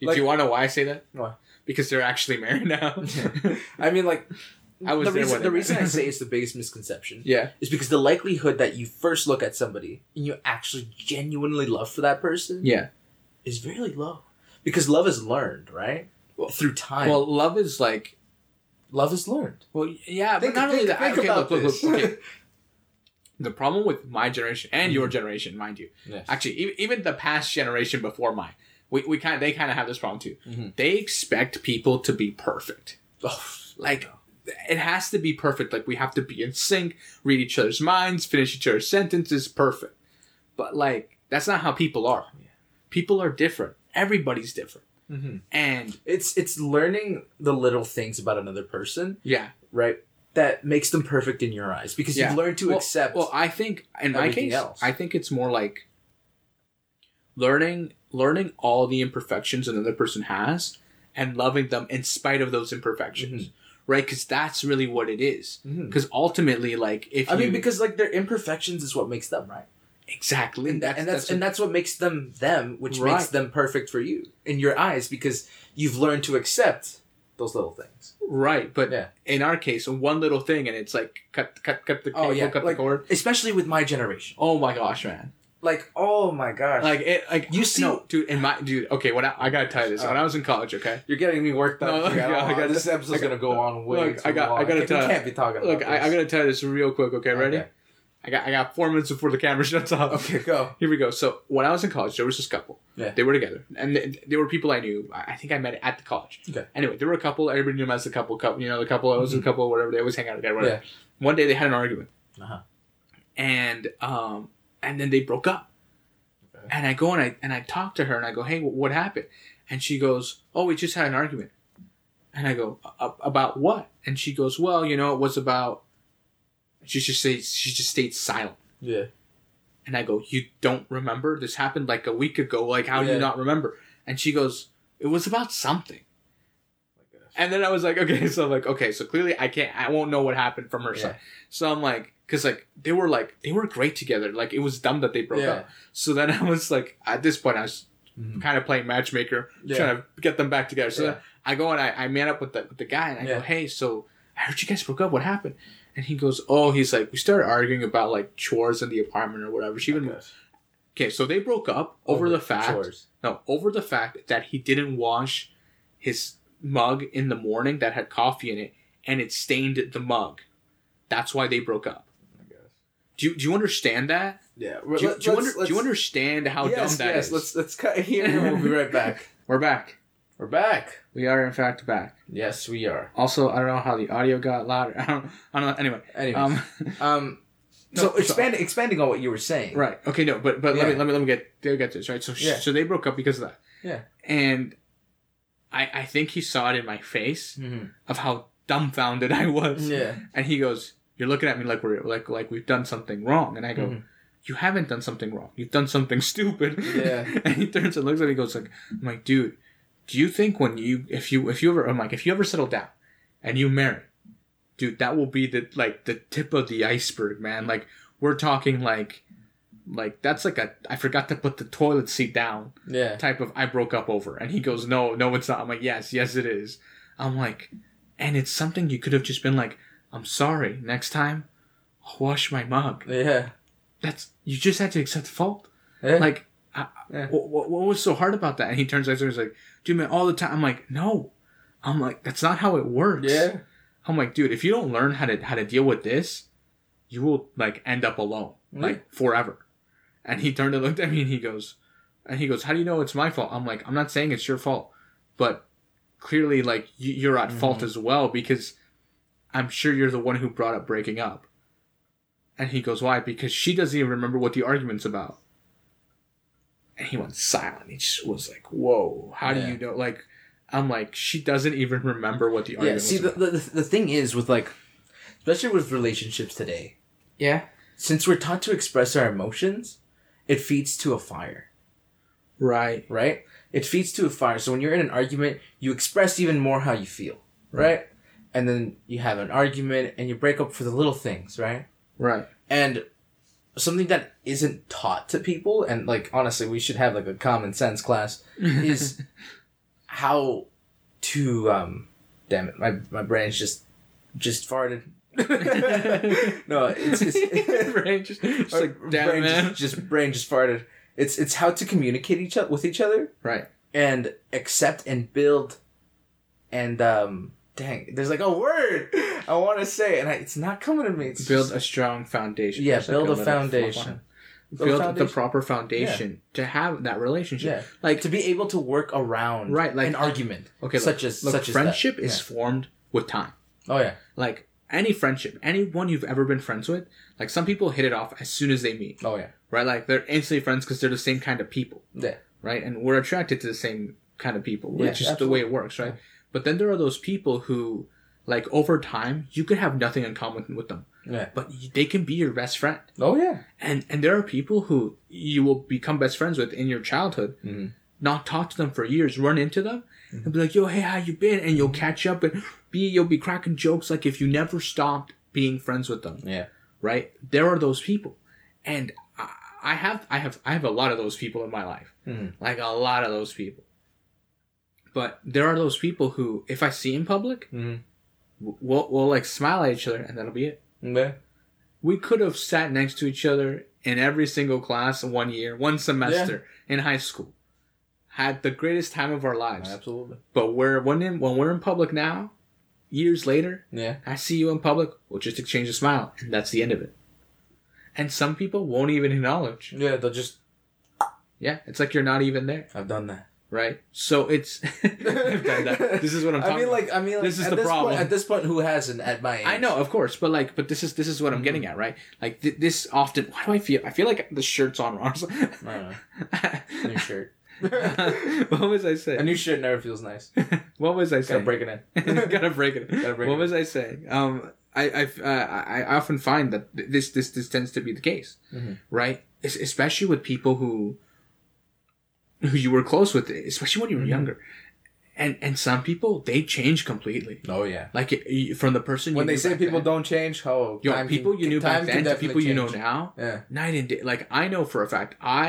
Speaker 2: Do
Speaker 1: Like-
Speaker 2: you want to know why I say that?
Speaker 1: Why?
Speaker 2: Because they're actually married now.
Speaker 1: I mean, like,
Speaker 2: I was
Speaker 1: the
Speaker 2: there
Speaker 1: reason,
Speaker 2: when
Speaker 1: the
Speaker 2: it
Speaker 1: reason I
Speaker 2: happened.
Speaker 1: say it's the biggest misconception
Speaker 2: yeah.
Speaker 1: is because the likelihood that you first look at somebody and you actually genuinely love for that person
Speaker 2: Yeah.
Speaker 1: is very low. Because love is learned, right? Through time.
Speaker 2: Well, love is like.
Speaker 1: love is learned.
Speaker 2: Well, yeah, but not only that.
Speaker 1: think
Speaker 2: okay,
Speaker 1: about
Speaker 2: look, look,
Speaker 1: this.
Speaker 2: look, okay. The problem with my generation and your generation, mind you,
Speaker 1: Yes.
Speaker 2: actually, even, even the past generation before mine, we, we kind of, they kind of have this problem too.
Speaker 1: Mhm.
Speaker 2: They expect people to be perfect.
Speaker 1: Oh,
Speaker 2: Like it has to be perfect. Like we have to be in sync, read each other's minds, finish each other's sentences, perfect. But like that's not how people are. People are different. Everybody's different.
Speaker 1: Mhm.
Speaker 2: And
Speaker 1: it's it's learning the little things about another person,
Speaker 2: yeah,
Speaker 1: right? That makes them perfect in your eyes because
Speaker 2: Yeah.
Speaker 1: you've learned to
Speaker 2: well,
Speaker 1: accept.
Speaker 2: Well, I think in my
Speaker 1: everything
Speaker 2: case,
Speaker 1: else.
Speaker 2: I think it's more like learning learning all the imperfections another person has and loving them in spite of those imperfections.
Speaker 1: Mm-hmm.
Speaker 2: Right? Because that's really what it is.
Speaker 1: Mhm.
Speaker 2: Because ultimately, like if
Speaker 1: I
Speaker 2: you
Speaker 1: mean, because like their imperfections is what makes them right,
Speaker 2: exactly,
Speaker 1: and, that, and that's
Speaker 2: what-
Speaker 1: and that's what makes them them, which makes
Speaker 2: Right.
Speaker 1: them perfect for you in your eyes because you've learned to accept those little things.
Speaker 2: Right, but
Speaker 1: Yeah.
Speaker 2: in our case, one little thing, and it's like cut, cut, cut the cable,
Speaker 1: Oh, yeah,
Speaker 2: cut
Speaker 1: like-
Speaker 2: the cord.
Speaker 1: especially with my generation.
Speaker 2: Oh my gosh, man!
Speaker 1: Like, oh my gosh,
Speaker 2: Like it, like
Speaker 1: You see- Oh.
Speaker 2: no, dude. In my dude, okay. When I, I gotta tell you this, when I was in college, okay,
Speaker 1: you're getting me worked up.
Speaker 2: No,
Speaker 1: here. I
Speaker 2: yeah,
Speaker 1: don't
Speaker 2: I
Speaker 1: want-
Speaker 2: gotta-
Speaker 1: this episode's
Speaker 2: I gotta-
Speaker 1: gonna go on way
Speaker 2: look,
Speaker 1: too
Speaker 2: I got- I
Speaker 1: long.
Speaker 2: gotta
Speaker 1: we
Speaker 2: tell-
Speaker 1: can't be talking
Speaker 2: look,
Speaker 1: about
Speaker 2: I, I
Speaker 1: this.
Speaker 2: gotta tell you this real quick, okay? Ready?
Speaker 1: Okay.
Speaker 2: I got, I got four minutes before the camera shuts off.
Speaker 1: Okay, go.
Speaker 2: Here we go. So when I was in college, there was this couple.
Speaker 1: Yeah.
Speaker 2: They were together, and they, they were people I knew. I I think I met at the college.
Speaker 1: Okay. Mm-hmm.
Speaker 2: Anyway, there were a couple. Everybody knew them as the couple. Couple, you know, the couple. I was a couple. Whatever. They always hang out together. Whatever.
Speaker 1: Yeah.
Speaker 2: One day they had an argument.
Speaker 1: Uh-huh.
Speaker 2: And um, and then they broke up. And I go and I and I talk to her and I go, hey, wh- what happened? And she goes, oh, we just had an argument. And I go, "A- about what? And she goes, well, you know, it was about. She just stays. She just stayed silent.
Speaker 1: Yeah,
Speaker 2: And I go, You don't remember? This happened like a week ago. Like, how do
Speaker 1: Yeah.
Speaker 2: you not remember? And she goes, It was about something. And then I was like, okay, so I'm like, okay, so clearly I can't, I won't know what happened from her
Speaker 1: Yeah.
Speaker 2: side. So I'm like, cause like they were like they were great together. Like it was dumb that they broke
Speaker 1: Yeah.
Speaker 2: up. So then I was like, at this point I was
Speaker 1: Mhm.
Speaker 2: kind of playing matchmaker,
Speaker 1: Yeah.
Speaker 2: trying to get them back together. So
Speaker 1: Yeah.
Speaker 2: then I go and I, I met up with the with the guy and I
Speaker 1: Yeah.
Speaker 2: go, hey, so I heard you guys broke up. What happened? And he goes, oh, he's like, we started arguing about like chores in the apartment or whatever. She even okay, so they broke up
Speaker 1: Oh,
Speaker 2: over, the fact.
Speaker 1: chores.
Speaker 2: No, over the fact that he didn't wash his mug in the morning that had coffee in it and it stained the mug. That's why they broke up.
Speaker 1: I guess.
Speaker 2: Do you, do you understand that?
Speaker 1: Yeah.
Speaker 2: Do you, do, you under, do you understand how
Speaker 1: yes,
Speaker 2: dumb that
Speaker 1: yes.
Speaker 2: is?
Speaker 1: Let's let's cut here. and We'll be right back.
Speaker 2: We're back.
Speaker 1: We're back.
Speaker 2: We are in fact back.
Speaker 1: Yes, we are.
Speaker 2: Also, I don't know how the audio got louder. I don't, I don't know. Anyway,
Speaker 1: Anyways, um,
Speaker 2: um, No,
Speaker 1: so
Speaker 2: sorry.
Speaker 1: expanding expanding on what you were saying.
Speaker 2: right? Okay, no, but but let me
Speaker 1: Yeah.
Speaker 2: let me let me get let me get this right. So sh-
Speaker 1: Yeah.
Speaker 2: so they broke up because of that.
Speaker 1: Yeah.
Speaker 2: And I I think he saw it in my face
Speaker 1: Mhm.
Speaker 2: of how dumbfounded I was.
Speaker 1: Yeah.
Speaker 2: And he goes, "You're looking at me like we're like like we've done something wrong." And I go,
Speaker 1: Mhm.
Speaker 2: "You haven't done something wrong. You've done something stupid."
Speaker 1: Yeah.
Speaker 2: and he turns and looks at me. and Goes like, "I'm like, dude, do you think when you if you if you ever I'm like if you ever settle down and you marry, dude, that will be the like the tip of the iceberg, man. Like we're talking like." Like that's like a I forgot to put the toilet seat down
Speaker 1: Yeah.
Speaker 2: type of I broke up over. And he goes, No, no, it's not. I'm like, Yes, yes, it is. I'm like, And it's something you could have just been like, I'm sorry. Next time, I'll wash my mug.
Speaker 1: Yeah.
Speaker 2: That's, you just had to accept the fault.
Speaker 1: Yeah.
Speaker 2: Like, I,
Speaker 1: Yeah.
Speaker 2: what, what, what was so hard about that? And he turns back to me and he's like, Dude, man, all the time. I'm like, No. I'm like, That's not how it works.
Speaker 1: yeah.
Speaker 2: I'm like, Dude, if you don't learn how to, how to deal with this, you will like end up alone,
Speaker 1: Yeah.
Speaker 2: like forever. And he turned and looked at me and he goes, and he goes, how do you know it's my fault? I'm like, I'm not saying it's your fault, but clearly like y- you're at fault
Speaker 1: Mm-hmm.
Speaker 2: as well because I'm sure you're the one who brought up breaking up. And he goes, why? Because she doesn't even remember what the argument's about. And he went silent. He just was like, whoa, how
Speaker 1: Yeah.
Speaker 2: do you know? Like, I'm like, she doesn't even remember what the
Speaker 1: Oh, Yeah.
Speaker 2: argument
Speaker 1: See,
Speaker 2: was
Speaker 1: the,
Speaker 2: about.
Speaker 1: the the thing is with like, especially with relationships today,
Speaker 2: yeah.
Speaker 1: since we're taught to express our emotions, it feeds to a fire,
Speaker 2: Right.
Speaker 1: right? It feeds to a fire. So when you're in an argument, you express even more how you feel, right? And then you have an argument and you break up for the little things, right?
Speaker 2: Right.
Speaker 1: and something that isn't taught to people and like honestly we should have like a common sense class is how to um damn it my my brain's just just farted no it's just,
Speaker 2: brain just, just like damn
Speaker 1: brain
Speaker 2: man.
Speaker 1: Just, just brain just farted it's it's how to communicate each other with each other
Speaker 2: right.
Speaker 1: and accept and build and um dang there's like a word i want to say and I, it's not coming to me it's
Speaker 2: Build
Speaker 1: just-
Speaker 2: a strong foundation.
Speaker 1: Yeah,
Speaker 2: There's, like,
Speaker 1: build a
Speaker 2: little flip on it.
Speaker 1: foundation. Build a
Speaker 2: Build the
Speaker 1: foundation.
Speaker 2: proper foundation to have that relationship.
Speaker 1: Yeah.
Speaker 2: Like
Speaker 1: to be able to work around
Speaker 2: Right, like-
Speaker 1: an argument
Speaker 2: okay,
Speaker 1: such
Speaker 2: look,
Speaker 1: as
Speaker 2: look,
Speaker 1: such as
Speaker 2: friendship
Speaker 1: that.
Speaker 2: is formed with time.
Speaker 1: Yeah. oh yeah
Speaker 2: Like any friendship, anyone you've ever been friends with, like some people hit it off as soon as they meet,
Speaker 1: oh yeah
Speaker 2: right? Like they're instantly friends because they're the same kind of people,
Speaker 1: yeah
Speaker 2: right? And we're attracted to the same kind of people, which
Speaker 1: Yeah,
Speaker 2: is the way it works, right?
Speaker 1: Yeah.
Speaker 2: But then there are those people who, like over time, you could have nothing in common with them,
Speaker 1: yeah
Speaker 2: but y- they can be your best friend.
Speaker 1: oh yeah
Speaker 2: and and there are people who you will become best friends with in your childhood
Speaker 1: Mhm.
Speaker 2: not talk to them for years run into them and be like yo hey how you been and you'll catch up and be you'll be cracking jokes like if you never stopped being friends with them
Speaker 1: yeah
Speaker 2: right there are those people and i, I have i have i have a lot of those people in my life
Speaker 1: Mhm.
Speaker 2: like a lot of those people but there are those people who if i see in public
Speaker 1: Mhm.
Speaker 2: w- we'll, we'll like smile at each other and that'll be it
Speaker 1: yeah
Speaker 2: we could have sat next to each other in every single class in one year, one semester in high school, had the greatest time of our lives.
Speaker 1: absolutely
Speaker 2: But we're when in, when we're in public now, years later,
Speaker 1: yeah
Speaker 2: I see you in public, we'll just exchange a smile, and that's the end of it. And some people won't even acknowledge.
Speaker 1: yeah they'll just
Speaker 2: Yeah, it's like you're not even there,
Speaker 1: I've done that
Speaker 2: right? So it's I've done that. This is what I'm
Speaker 1: I
Speaker 2: talking.
Speaker 1: mean
Speaker 2: about.
Speaker 1: like I mean like,
Speaker 2: This is
Speaker 1: at
Speaker 2: the
Speaker 1: point-
Speaker 2: problem.
Speaker 1: at this point who hasn't at my age
Speaker 2: I know, of course, but like, but this is this is what I'm getting
Speaker 1: Mm-hmm.
Speaker 2: at, right? Like th- this often. Why do I feel? I feel like the shirt's on wrong.
Speaker 1: I don't know. new shirt
Speaker 2: what was I
Speaker 1: a
Speaker 2: saying?
Speaker 1: new shirt never feels nice
Speaker 2: What was I
Speaker 1: gotta
Speaker 2: saying?
Speaker 1: break it in
Speaker 2: Gotta break it.
Speaker 1: Gotta break
Speaker 2: what
Speaker 1: it.
Speaker 2: was I saying? Um, I I uh, I I often find that th- this this this tends to be the case,
Speaker 1: Mhm.
Speaker 2: right? Es- especially with people who who you were close with, especially when you were
Speaker 1: Mhm.
Speaker 2: younger, and and some people they change completely.
Speaker 1: Oh yeah.
Speaker 2: Like it- you- from the person you
Speaker 1: When they
Speaker 2: knew
Speaker 1: say
Speaker 2: back
Speaker 1: people
Speaker 2: then-
Speaker 1: don't change, oh,
Speaker 2: yo,
Speaker 1: time
Speaker 2: people
Speaker 1: can-
Speaker 2: you knew back
Speaker 1: time can
Speaker 2: then to people
Speaker 1: definitely
Speaker 2: you know
Speaker 1: change.
Speaker 2: now,
Speaker 1: Yeah.
Speaker 2: night and day. Like I know for a fact, I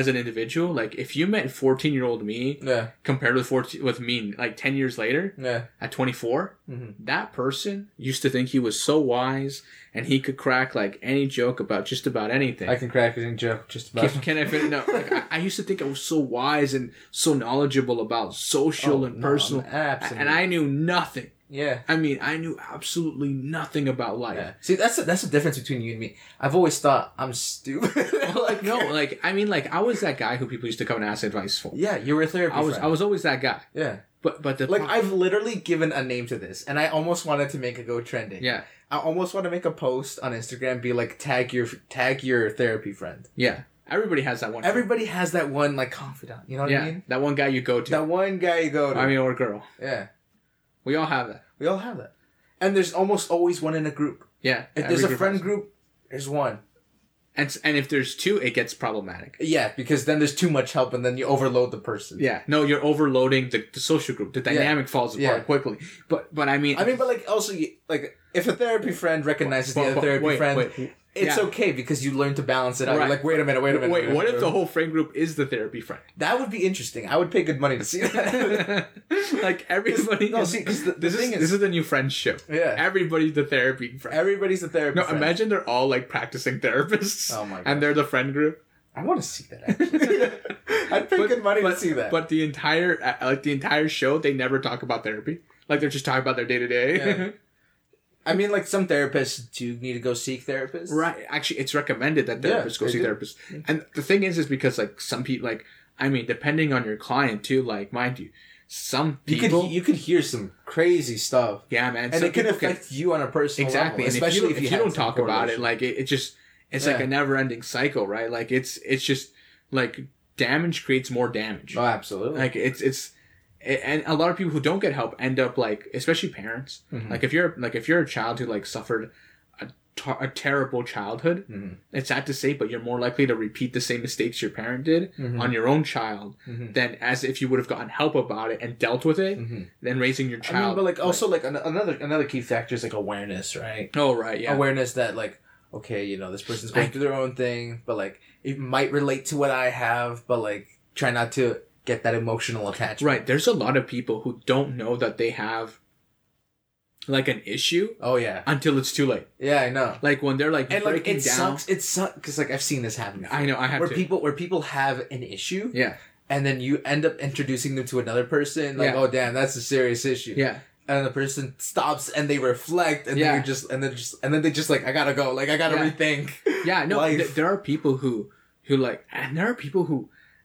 Speaker 2: as an individual, like if you met fourteen year old me
Speaker 1: Yeah.
Speaker 2: compared with fourteen with me like ten years later
Speaker 1: Yeah.
Speaker 2: at twenty four,
Speaker 1: hmm
Speaker 2: that person used to think he was so wise and he could crack like any joke about just about anything.
Speaker 1: I can crack it in joke just about.
Speaker 2: can, can I fit? No, like, I, I used to think I was so wise and so knowledgeable about social
Speaker 1: Oh,
Speaker 2: and
Speaker 1: no,
Speaker 2: personal,
Speaker 1: Absolutely.
Speaker 2: and I knew nothing.
Speaker 1: yeah.
Speaker 2: I mean, I knew absolutely nothing about life.
Speaker 1: Yeah. See, that's the, that's the difference between you and me. I've always thought I'm stupid.
Speaker 2: Like no, like I mean, like I was that guy who people used to come and ask advice for.
Speaker 1: Yeah, you were a therapy
Speaker 2: I was,
Speaker 1: friend.
Speaker 2: I was always that guy.
Speaker 1: yeah.
Speaker 2: But, but the
Speaker 1: Like
Speaker 2: pro-
Speaker 1: I've literally given a name to this, and I almost wanted to make it go trending.
Speaker 2: yeah,
Speaker 1: I almost want to make a post on Instagram, be like, tag your tag your therapy friend.
Speaker 2: yeah. Everybody has that one.
Speaker 1: Everybody has that one like confidant. You know what
Speaker 2: yeah,
Speaker 1: I mean?
Speaker 2: that one guy you go to.
Speaker 1: That one guy you go to.
Speaker 2: I mean, or girl.
Speaker 1: yeah,
Speaker 2: We all have that.
Speaker 1: we all have that. And there's almost always one in a group.
Speaker 2: Yeah.
Speaker 1: If
Speaker 2: every
Speaker 1: there's a
Speaker 2: group
Speaker 1: friend
Speaker 2: has-
Speaker 1: group, there's one.
Speaker 2: And, s- and if there's two, it gets problematic.
Speaker 1: Yeah, because then there's too much help, and then you overload the person.
Speaker 2: Yeah. No, you're overloading the, the social group. The dynamic falls apart
Speaker 1: Yeah.
Speaker 2: quickly. But but I mean,
Speaker 1: I mean, but like also, you- like if a therapy friend recognizes
Speaker 2: But-
Speaker 1: the other
Speaker 2: but
Speaker 1: therapy
Speaker 2: wait,
Speaker 1: friend,
Speaker 2: wait.
Speaker 1: it's
Speaker 2: Yeah.
Speaker 1: okay because you learn to balance it out.
Speaker 2: Right.
Speaker 1: You're like, wait a minute, wait a minute.
Speaker 2: wait,
Speaker 1: a
Speaker 2: what
Speaker 1: minute.
Speaker 2: if the whole friend group is the therapy friend?
Speaker 1: that would be interesting? I would pay good money to see that.
Speaker 2: like everybody.
Speaker 1: No,
Speaker 2: is-
Speaker 1: see, 'cause the- the
Speaker 2: this
Speaker 1: thing
Speaker 2: is,
Speaker 1: is-
Speaker 2: this is the new friendship.
Speaker 1: Yeah.
Speaker 2: Everybody's the therapy friend.
Speaker 1: Everybody's a therapy.
Speaker 2: no,
Speaker 1: friend.
Speaker 2: imagine they're all like practicing therapists.
Speaker 1: Oh my gosh.
Speaker 2: And they're the friend group.
Speaker 1: I want to see that. Actually, I'd pay good money to
Speaker 2: but-
Speaker 1: see that.
Speaker 2: But the entire uh, like the entire show, they never talk about therapy. Like they're just talking about their day to
Speaker 1: Yeah.
Speaker 2: day.
Speaker 1: I mean, like some therapists do need to go seek therapists.
Speaker 2: Right. Actually, it's recommended that
Speaker 1: Yeah,
Speaker 2: therapists go
Speaker 1: they
Speaker 2: see
Speaker 1: do.
Speaker 2: therapists. And the thing is, is because like some people, like I mean, depending on your client too. Like mind you, some
Speaker 1: You
Speaker 2: people,
Speaker 1: could you could hear some crazy stuff,
Speaker 2: yeah, man,
Speaker 1: and
Speaker 2: some
Speaker 1: it can
Speaker 2: people
Speaker 1: affect you on a personal
Speaker 2: exactly.
Speaker 1: level,
Speaker 2: and if
Speaker 1: especially
Speaker 2: you, if you
Speaker 1: had
Speaker 2: don't
Speaker 1: some
Speaker 2: talk about it,
Speaker 1: correlation.
Speaker 2: like it, it just it's like
Speaker 1: Yeah.
Speaker 2: a never ending cycle, right? Like it's it's just like damage creates more damage.
Speaker 1: oh, absolutely.
Speaker 2: Like it's it's and a lot of people who don't get help end up like especially parents.
Speaker 1: Mhm.
Speaker 2: Like if you're like if you're a child who like suffered a, ter- a terrible childhood,
Speaker 1: Mhm.
Speaker 2: it's sad to say, but you're more likely to repeat the same mistakes your parent did
Speaker 1: Mhm.
Speaker 2: on your own child
Speaker 1: Mhm.
Speaker 2: than as if you would have gotten help about it and dealt with it
Speaker 1: Mhm.
Speaker 2: than raising your
Speaker 1: I mean,
Speaker 2: child.
Speaker 1: but like also like an- another another key factor is like awareness, right?
Speaker 2: oh right, yeah.
Speaker 1: Awareness that like okay, you know, this person's going
Speaker 2: I-
Speaker 1: through their own thing, but like it might relate to what I have, but like try not to get that emotional attachment.
Speaker 2: Right, there's a lot of people who don't know that they have like an issue
Speaker 1: Oh yeah,
Speaker 2: until it's too late.
Speaker 1: yeah, I know.
Speaker 2: Like when they're like
Speaker 1: And like
Speaker 2: breaking
Speaker 1: it
Speaker 2: down.
Speaker 1: sucks. It sucks because like I've seen this happen. before.
Speaker 2: I know I have
Speaker 1: where
Speaker 2: to.
Speaker 1: people where people have an issue
Speaker 2: yeah,
Speaker 1: and then you end up introducing them to another person like
Speaker 2: Yeah.
Speaker 1: oh damn that's a serious issue
Speaker 2: yeah.
Speaker 1: and the person stops and they reflect and
Speaker 2: Yeah.
Speaker 1: then you just and then just and then they just like i gotta go like i gotta
Speaker 2: Yeah.
Speaker 1: rethink
Speaker 2: yeah no
Speaker 1: Life.
Speaker 2: th- there are people who who like and there are people who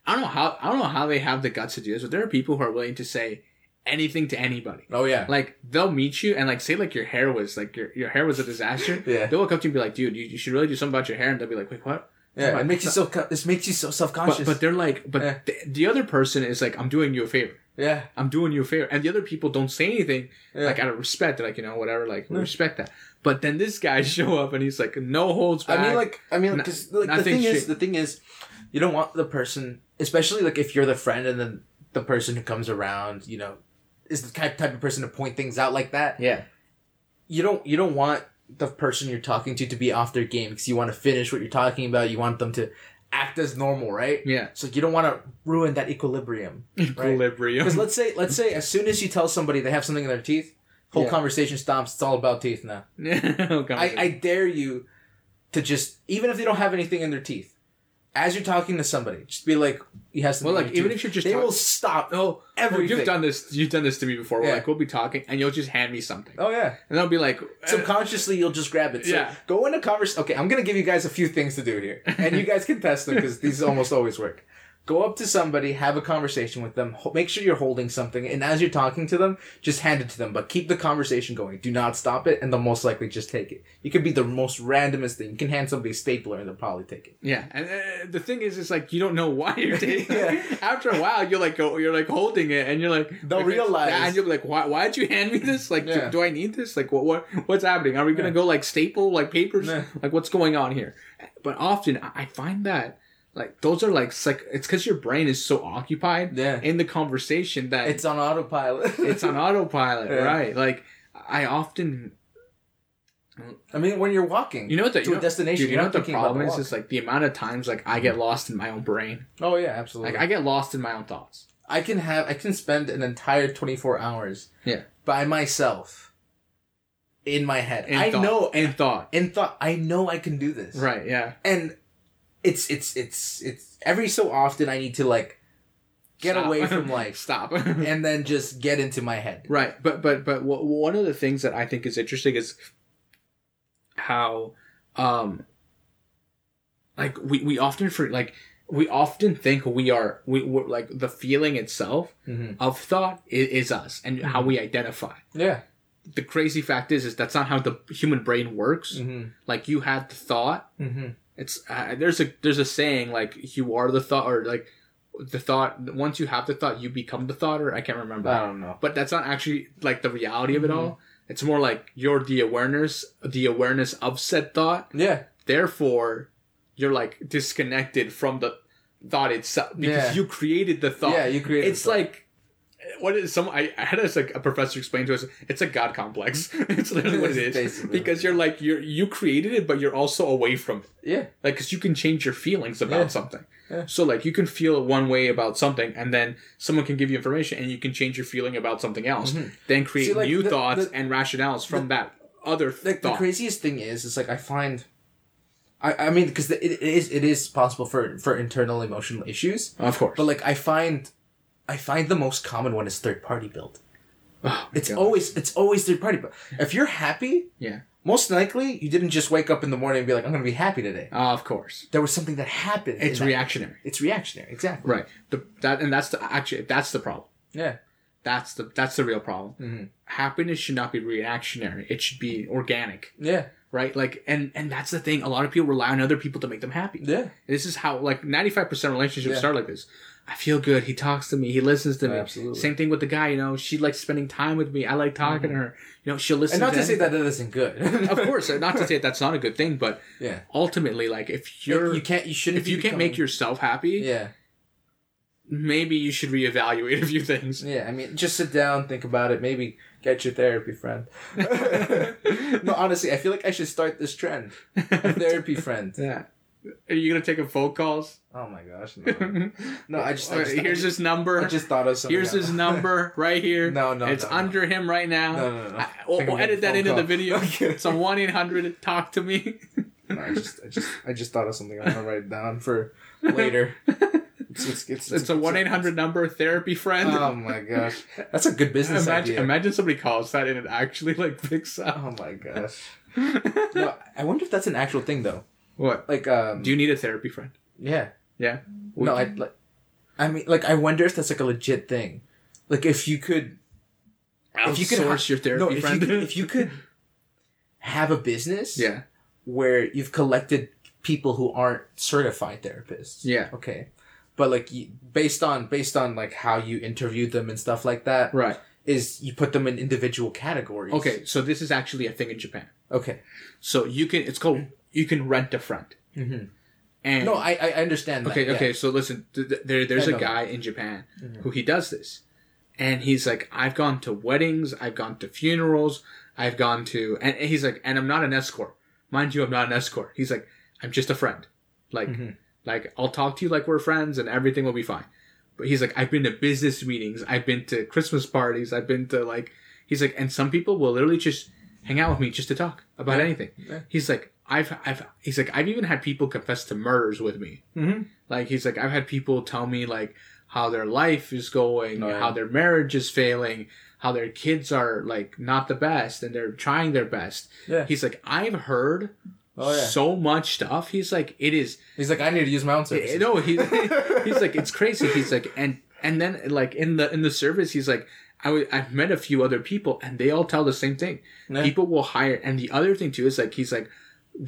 Speaker 2: i don't know how i don't know how they have the guts to do this but there are people who are willing to say anything to anybody
Speaker 1: oh yeah
Speaker 2: like they'll meet you and like say like your hair was like your, your hair was a disaster
Speaker 1: Yeah.
Speaker 2: they'll come up to you and be like dude you, you should really do something about your hair and they'll be like wait what
Speaker 1: yeah it
Speaker 2: Right.
Speaker 1: makes you so co- this makes you so
Speaker 2: but,
Speaker 1: self-conscious
Speaker 2: but they're like but
Speaker 1: Yeah.
Speaker 2: th- the other person is like i'm doing you a favor
Speaker 1: yeah
Speaker 2: i'm doing you a favor and the other people don't say anything
Speaker 1: Yeah.
Speaker 2: like out of respect They're like you know whatever like we
Speaker 1: Yeah.
Speaker 2: respect that but then this guy show up and he's like no holds back
Speaker 1: I mean, like, I mean,
Speaker 2: No-
Speaker 1: because like the
Speaker 2: nothing
Speaker 1: thing is,
Speaker 2: shit.
Speaker 1: the thing is, you don't want the person, especially like if you're the friend and then the person who comes around, you know, is the type type of person to point things out like that.
Speaker 2: Yeah.
Speaker 1: you don't you don't want the person you're talking to to be off their game because you want to finish what you're talking about. You want them to act as normal, right?
Speaker 2: yeah
Speaker 1: So you don't want to ruin that equilibrium.
Speaker 2: equilibrium
Speaker 1: Because let's say let's say as soon as you tell somebody they have something in their teeth, whole
Speaker 2: Yeah.
Speaker 1: conversation stops. It's all about teeth now.
Speaker 2: Oh, God.
Speaker 1: I, I dare you to just even if they don't have anything in their teeth, as you're talking to somebody, just be like, "You have something."
Speaker 2: Well, like,
Speaker 1: in your tooth."
Speaker 2: even if you're just
Speaker 1: they
Speaker 2: talk-
Speaker 1: will stop.
Speaker 2: oh
Speaker 1: everything.
Speaker 2: You've done this. You've done this to me before.
Speaker 1: Yeah.
Speaker 2: Like we'll be talking, and you'll just hand me something,
Speaker 1: Oh yeah,
Speaker 2: and I'll be like, eh,
Speaker 1: subconsciously you'll just grab it. So
Speaker 2: Yeah.
Speaker 1: Go into convers. Okay, I'm gonna give you guys a few things to do here, and you guys can test them because these almost always work. Go up to somebody, have a conversation with them. ho- Make sure you're holding something, and as you're talking to them, just hand it to them. But keep the conversation going. Do not stop it, and they'll most likely just take it. You could be the most randomest thing. You can hand somebody a stapler, and they'll probably take it.
Speaker 2: yeah. And uh, the thing is, it's like you don't know why you're taking.
Speaker 1: Yeah.
Speaker 2: After a while, you're like, oh, you're like holding it, and you're like,
Speaker 1: They'll
Speaker 2: like,
Speaker 1: realize.
Speaker 2: yeah, and you're like, why? Why would you hand me this? Like, do-
Speaker 1: Yeah.
Speaker 2: do, I need this? Like, what? What? What's happening? Are we gonna go like staple like papers?
Speaker 1: Yeah.
Speaker 2: Like, what's going on here? But often, I I find that Like those are like it's like it's because your brain is so occupied
Speaker 1: Yeah.
Speaker 2: in the conversation that
Speaker 1: It's on autopilot.
Speaker 2: it's on autopilot,
Speaker 1: Yeah.
Speaker 2: right? Like I often,
Speaker 1: I mean, when you're walking,
Speaker 2: you know what the
Speaker 1: to
Speaker 2: you
Speaker 1: a
Speaker 2: know,
Speaker 1: destination,
Speaker 2: dude, you
Speaker 1: you're
Speaker 2: know
Speaker 1: not
Speaker 2: what the
Speaker 1: thinking about Mm.
Speaker 2: problem
Speaker 1: walk.
Speaker 2: is? Is like the amount of times like I get lost in my own brain.
Speaker 1: Oh yeah,
Speaker 2: Like
Speaker 1: absolutely.
Speaker 2: I get lost in my own thoughts.
Speaker 1: I, can have I can spend an entire 24 hours
Speaker 2: Yeah.
Speaker 1: by myself in my head.
Speaker 2: In
Speaker 1: I
Speaker 2: thought.
Speaker 1: know
Speaker 2: in thought.
Speaker 1: in thought I know I can do this.
Speaker 2: Right. Yeah.
Speaker 1: And it's it's it's it's every so often I need to like get
Speaker 2: Stop.
Speaker 1: away from life
Speaker 2: Stop.
Speaker 1: and then just get into my head.
Speaker 2: Right, but but but wh- one of the things that I think is interesting is how, um, like we we often for like we often think we are we we're, like the feeling itself
Speaker 1: Mhm.
Speaker 2: of thought is, is us
Speaker 1: Mm-hmm.
Speaker 2: and how we identify.
Speaker 1: Yeah.
Speaker 2: The crazy fact is is that's not how the human brain works.
Speaker 1: Mhm.
Speaker 2: Like you had the thought.
Speaker 1: Mhm.
Speaker 2: It's uh, there's a there's a saying like you are the thought or like the thought once you have the thought you become the thought or I can't remember
Speaker 1: I don't know.
Speaker 2: but that's not actually like the reality
Speaker 1: Mm-hmm.
Speaker 2: of it all. It's more like you're the awareness, the awareness of said thought.
Speaker 1: Yeah.
Speaker 2: Therefore, you're like disconnected from the thought itself because
Speaker 1: Yeah.
Speaker 2: you created the thought.
Speaker 1: Yeah, you created
Speaker 2: It's
Speaker 1: the thought.
Speaker 2: like what is some? I, I had a, like a professor explain to us. It's a god complex. it's literally what it is
Speaker 1: Basically.
Speaker 2: because you're like you are you created it, but you're also away from it
Speaker 1: Yeah.
Speaker 2: like because you can change your feelings about
Speaker 1: Yeah.
Speaker 2: something
Speaker 1: Yeah.
Speaker 2: so like you can feel one way about something and then someone can give you information and you can change your feeling about something else then create
Speaker 1: Mm-hmm. See, like,
Speaker 2: new
Speaker 1: the-
Speaker 2: thoughts
Speaker 1: the-
Speaker 2: and rationales from that other
Speaker 1: like the
Speaker 2: thought
Speaker 1: craziest thing is is like i find i i mean because it, it is it is possible for for internal emotional issues
Speaker 2: of course
Speaker 1: but like i find i find the most common one is third party build
Speaker 2: Oh my
Speaker 1: it's
Speaker 2: God.
Speaker 1: always it's always third party but if you're happy
Speaker 2: yeah
Speaker 1: most likely you didn't just wake up in the morning and be like i'm gonna be happy today
Speaker 2: Ah, of course
Speaker 1: there was something that happened in
Speaker 2: it's
Speaker 1: that-
Speaker 2: reactionary
Speaker 1: it's reactionary exactly
Speaker 2: right the, that and that's the actually that's the problem
Speaker 1: yeah
Speaker 2: that's the that's the real problem happiness should not be reactionary it should be organic
Speaker 1: yeah
Speaker 2: right like and and that's the thing a lot of people rely on other people to make them happy
Speaker 1: yeah
Speaker 2: This is how like ninety five percent relationships
Speaker 1: Yeah.
Speaker 2: start like this. I feel good. He talks to me. He listens to me.
Speaker 1: Absolutely.
Speaker 2: Same thing with the guy. You know, she likes spending time with me. I like talking to her. You know, she'll listen.
Speaker 1: and not to say
Speaker 2: anything.
Speaker 1: that that isn't good
Speaker 2: of course, not to say that's not a good thing, but
Speaker 1: yeah
Speaker 2: ultimately, like if you're
Speaker 1: you can't you shouldn't
Speaker 2: if
Speaker 1: be
Speaker 2: you can't make
Speaker 1: becoming-
Speaker 2: yourself happy,
Speaker 1: yeah
Speaker 2: maybe you should reevaluate a few things.
Speaker 1: Yeah, I mean, just sit down, think about it. Maybe get your therapy friend. no, honestly, I feel like I should start this trend. A therapy friend.
Speaker 2: Yeah. Are you gonna take a phone calls?
Speaker 1: Oh my gosh, no. No, I just, I
Speaker 2: Or
Speaker 1: just, I
Speaker 2: here's
Speaker 1: just,
Speaker 2: his number.
Speaker 1: I just thought of something.
Speaker 2: Here's
Speaker 1: else.
Speaker 2: his number right here.
Speaker 1: No, no,
Speaker 2: It's
Speaker 1: no, no.
Speaker 2: under him right now.
Speaker 1: No, no, no.
Speaker 2: I, we'll
Speaker 1: Think I'm
Speaker 2: we'll edit that
Speaker 1: getting
Speaker 2: into
Speaker 1: a
Speaker 2: the
Speaker 1: phone
Speaker 2: video.
Speaker 1: call. Okay.
Speaker 2: It's a 1 800 talk to me.
Speaker 1: No, I just, I just, I just thought of something. I'm gonna write it down for later. It's, it's, it's,
Speaker 2: It's a 1 800 number, therapy friend.
Speaker 1: Oh my gosh, that's a good business
Speaker 2: imagine,
Speaker 1: idea.
Speaker 2: imagine somebody calls that and it actually like picks up.
Speaker 1: Oh my gosh. No, I wonder if that's an actual thing though.
Speaker 2: What?
Speaker 1: Like, um,
Speaker 2: Do you need a therapy friend?
Speaker 1: yeah.
Speaker 2: Yeah.
Speaker 1: No, I like. I mean, like, I wonder if that's like a legit thing. Like, if you could,
Speaker 2: Outsource
Speaker 1: if you could
Speaker 2: source
Speaker 1: ha-
Speaker 2: your therapy
Speaker 1: no, if
Speaker 2: friend.
Speaker 1: you could, if you could have a business,
Speaker 2: yeah.
Speaker 1: where you've collected people who aren't certified therapists,
Speaker 2: Yeah.
Speaker 1: okay, but like you, based on based on like how you interviewed them and stuff like that,
Speaker 2: Right.
Speaker 1: Is you put them in individual categories?
Speaker 2: Okay. So this is actually a thing in Japan.
Speaker 1: okay.
Speaker 2: So you can, it's called, you can rent a friend.
Speaker 1: Mhm.
Speaker 2: And
Speaker 1: No, I I I understand.
Speaker 2: Okay,
Speaker 1: that. yeah.
Speaker 2: okay. So listen, th- th- there, there's
Speaker 1: I
Speaker 2: a
Speaker 1: know
Speaker 2: guy in Japan
Speaker 1: Mm-hmm.
Speaker 2: who he does this, and he's like, I've gone to weddings, I've gone to funerals, I've gone to, and and he's like, and I'm not an escort, mind you, I'm not an escort. He's like, I'm just a friend, like,
Speaker 1: Mm-hmm.
Speaker 2: like I'll talk to you like we're friends, and everything will be fine. But he's like, I've been to business meetings, I've been to Christmas parties, I've been to like, he's like, and some people will literally just hang out with me just to talk about anything. He's like, I've, I've, he's like, I've even had people confess to murders with me.
Speaker 1: Mhm.
Speaker 2: Like he's like, I've had people tell me like how their life is going,
Speaker 1: Oh, yeah.
Speaker 2: how their marriage is failing, how their kids are like not the best, and they're trying their best.
Speaker 1: Yeah.
Speaker 2: He's like, I've heard
Speaker 1: Oh yeah.
Speaker 2: so much stuff. He's like, it is
Speaker 1: He's like, I need to use my own services.
Speaker 2: no, he, he's like, it's crazy. He's like, and and then like in the in the service, he's like, I w- I've met a few other people, and they all tell the same thing.
Speaker 1: Yeah.
Speaker 2: People will hire, and the other thing too is like, he's like,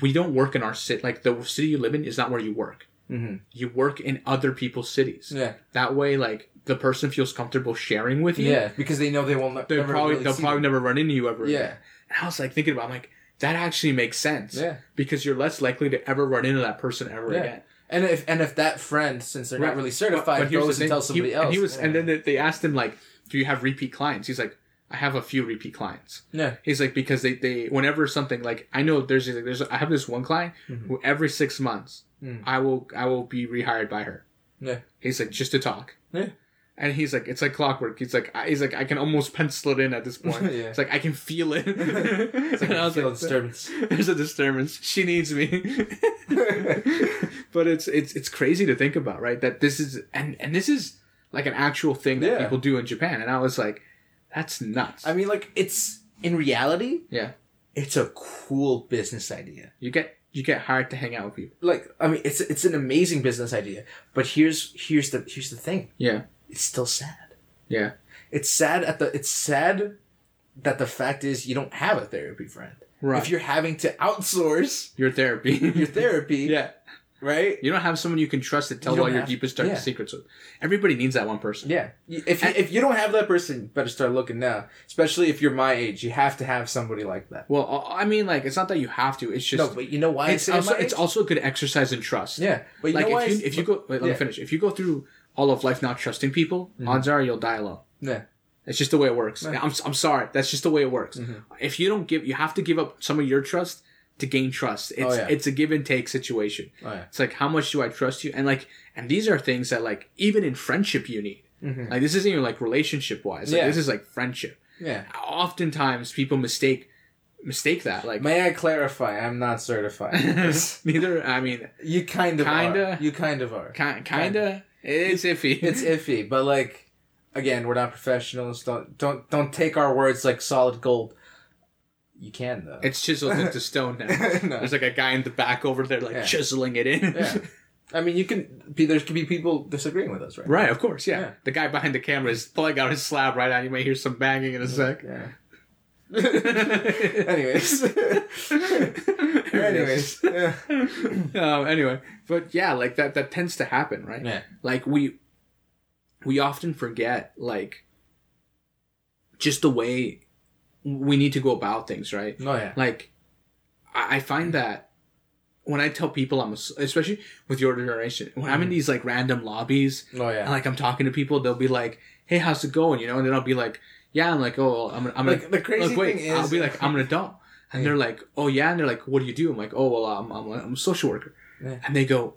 Speaker 2: we don't work in our city. Like the city you live in is not where you work.
Speaker 1: Mhm.
Speaker 2: You work in other people's cities.
Speaker 1: Yeah.
Speaker 2: That way, like the person feels comfortable sharing with you.
Speaker 1: Yeah, because they know they will not.
Speaker 2: They probably they'll probably never run into you ever.
Speaker 1: Yeah.
Speaker 2: again. And I was like thinking about, it, I'm like, that actually makes sense.
Speaker 1: Yeah.
Speaker 2: Because you're less likely to ever run into that person ever
Speaker 1: Yeah.
Speaker 2: again.
Speaker 1: And if and if that friend, since they're not
Speaker 2: Right.
Speaker 1: really certified,
Speaker 2: But here's
Speaker 1: goes
Speaker 2: the
Speaker 1: and
Speaker 2: thing,
Speaker 1: tells somebody
Speaker 2: he,
Speaker 1: else,
Speaker 2: And he was,
Speaker 1: yeah.
Speaker 2: and then they- they asked him like, "Do you have repeat clients?" He's like, "I have a few repeat clients."
Speaker 1: Yeah.
Speaker 2: He's like, because they, they whenever something like I know there's like, there's I have this one client
Speaker 1: Mhm.
Speaker 2: who every six months
Speaker 1: Mm.
Speaker 2: I will I will be rehired by her.
Speaker 1: Yeah.
Speaker 2: He's like just to talk.
Speaker 1: Yeah.
Speaker 2: And he's like, it's like clockwork. He's like, I, he's like, I can almost pencil it in at this point.
Speaker 1: Yeah.
Speaker 2: It's like I can feel it.
Speaker 1: It's like
Speaker 2: And I was
Speaker 1: feel
Speaker 2: like,
Speaker 1: disturbance.
Speaker 2: there's a disturbance. She needs me. but it's it's it's crazy to think about, right? That this is and and this is like an actual thing that
Speaker 1: Yeah.
Speaker 2: people do in Japan. And I was like, that's nuts.
Speaker 1: I mean, like it's in reality,
Speaker 2: yeah,
Speaker 1: it's a cool business idea.
Speaker 2: you get you get hired to hang out with people.
Speaker 1: Like I mean, it's it's an amazing business idea. But here's here's the here's the thing.
Speaker 2: Yeah,
Speaker 1: It's still sad.
Speaker 2: yeah,
Speaker 1: It's sad at the. It's sad that the fact is you don't have a therapy friend.
Speaker 2: right.
Speaker 1: If you're having to outsource
Speaker 2: your therapy.
Speaker 1: your therapy,
Speaker 2: yeah,
Speaker 1: right?
Speaker 2: you don't have someone you can trust to tell
Speaker 1: You
Speaker 2: all
Speaker 1: don't
Speaker 2: your
Speaker 1: have-
Speaker 2: deepest darkest
Speaker 1: yeah.
Speaker 2: secrets with. Everybody needs that one person.
Speaker 1: Yeah. If you, if you don't have that person, you better start looking now. Especially if you're my age, you have to have somebody like that.
Speaker 2: Well, I- I mean, like it's not that you have to. It's just
Speaker 1: No, but you know why
Speaker 2: it's
Speaker 1: I say
Speaker 2: also
Speaker 1: my age?
Speaker 2: it's also a good exercise in trust.
Speaker 1: yeah. But you
Speaker 2: like
Speaker 1: know why?
Speaker 2: if you
Speaker 1: I-
Speaker 2: if you go wait, let
Speaker 1: Yeah.
Speaker 2: me finish. If you go through all of life not trusting people, odds are you'll die alone.
Speaker 1: yeah.
Speaker 2: It's just the way it works. I'm, I'm sorry. That's just the way it works.
Speaker 1: Mm-hmm.
Speaker 2: If you don't give, you have to give up some of your trust to gain trust. It's
Speaker 1: Oh, yeah.
Speaker 2: it's a give and take situation.
Speaker 1: Oh, yeah.
Speaker 2: It's like how much do I trust you? And like and these are things that like even in friendship you need. Like this isn't even like relationship wise. Like,
Speaker 1: Mm-hmm. Yeah.
Speaker 2: This is like friendship.
Speaker 1: Yeah.
Speaker 2: Oftentimes people mistake mistake that like.
Speaker 1: May I clarify? I'm not certified.
Speaker 2: Neither, I mean,
Speaker 1: you kind of
Speaker 2: Kinda.
Speaker 1: are. You kind of are.
Speaker 2: ki- kinda. It's iffy.
Speaker 1: It's iffy, but like, again, we're not professionals. Don't don't don't take our words like solid gold. You can though.
Speaker 2: It's chiseled into stone now.
Speaker 1: No.
Speaker 2: There's like a guy in the back over there, like
Speaker 1: Yeah.
Speaker 2: chiseling it in.
Speaker 1: Yeah. I mean, you can. Be, there could be people disagreeing with us, right?
Speaker 2: Right, of course, yeah.
Speaker 1: Yeah.
Speaker 2: The guy behind the camera is pulling out his slab right now. You may hear some banging in a sec.
Speaker 1: Yeah. Anyways. Anyways. Yeah.
Speaker 2: um, anyway, but yeah, like that that tends to happen, right?
Speaker 1: Yeah.
Speaker 2: Like we we often forget like just the way we need to go about things, right?
Speaker 1: No, yeah.
Speaker 2: Like I, I find that when I tell people I'm a, especially with your generation, when I'm in these like random lobbies
Speaker 1: No, Mm. Oh, yeah.
Speaker 2: and like I'm talking to people, they'll be like, "Hey, how's it going?" You know, and then I'll be like, "Yeah," I'm like, "Oh, I'm I'm
Speaker 1: Like,
Speaker 2: an-
Speaker 1: the crazy
Speaker 2: like, wait,"
Speaker 1: thing is-
Speaker 2: I'll be like, "I'm an adult," and they're like, "Oh yeah," and they're like, "What do you do?" I'm like, "Oh well, I'm I'm, like, I'm a social worker,"
Speaker 1: Yeah.
Speaker 2: and they go,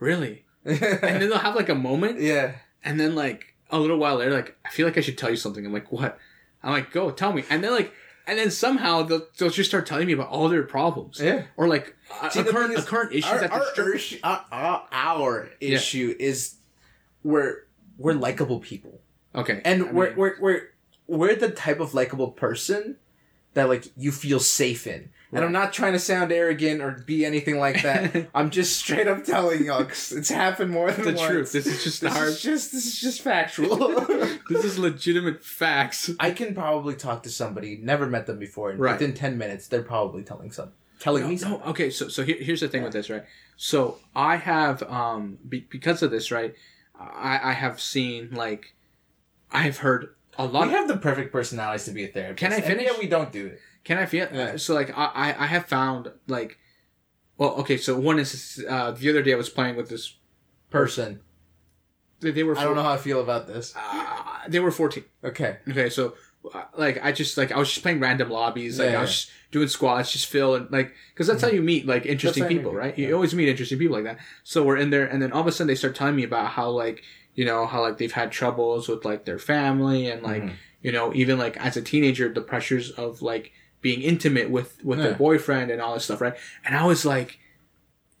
Speaker 2: "Really?" And then they'll have like a moment,
Speaker 1: yeah.
Speaker 2: and then like a little while later, like I feel like I should tell you something. I'm like, "What?" I'm like, "Go tell me," and then like. And then somehow they'll, they'll just start telling me about all their problems,
Speaker 1: Yeah.
Speaker 2: or like a,
Speaker 1: See,
Speaker 2: a
Speaker 1: the
Speaker 2: current
Speaker 1: thing
Speaker 2: a
Speaker 1: is,
Speaker 2: current issues
Speaker 1: Our,
Speaker 2: at the
Speaker 1: our,
Speaker 2: church.
Speaker 1: ish- our, our, our issue is we're we're likable people,
Speaker 2: Okay,
Speaker 1: and
Speaker 2: I
Speaker 1: we're,
Speaker 2: mean,
Speaker 1: we're we're we're the type of likable person that like you feel safe in. And I'm not trying to sound arrogant or be anything like that. I'm just straight up telling y'all 'cause it's happened more than
Speaker 2: the
Speaker 1: once.
Speaker 2: truth. This is just
Speaker 1: This
Speaker 2: our
Speaker 1: is just this is just factual.
Speaker 2: this is legitimate facts.
Speaker 1: I can probably talk to somebody never met them before, and
Speaker 2: Right.
Speaker 1: within ten minutes, they're probably telling some telling me something.
Speaker 2: No, okay, so so here, here's the thing with this, right? So I have um be, because of this, right? I I have seen like I have heard a lot.
Speaker 1: We have the perfect personalities to be a therapist.
Speaker 2: Can I
Speaker 1: and
Speaker 2: finish?
Speaker 1: yet we don't do it.
Speaker 2: Can I feel
Speaker 1: Yeah.
Speaker 2: so like I I I have found like well okay so one is uh, the other day I was playing with this
Speaker 1: Person,
Speaker 2: they, they were
Speaker 1: I don't know how I feel about this.
Speaker 2: uh, they were fourteen.
Speaker 1: Okay,
Speaker 2: Okay, so uh, like I just like I was just playing random lobbies, like
Speaker 1: Yeah,
Speaker 2: I was
Speaker 1: yeah.
Speaker 2: just doing squats, just Phil and like because that's how you meet like interesting
Speaker 1: That's how you
Speaker 2: people,
Speaker 1: meet,
Speaker 2: right?
Speaker 1: yeah.
Speaker 2: You always meet interesting people like that. So we're in there, and then all of a sudden they start telling me about how like you know how like they've had troubles with like their family and like
Speaker 1: Mm-hmm.
Speaker 2: you know even like as a teenager the pressures of like being intimate with with their
Speaker 1: Yeah.
Speaker 2: boyfriend and all this stuff, right? And I was like,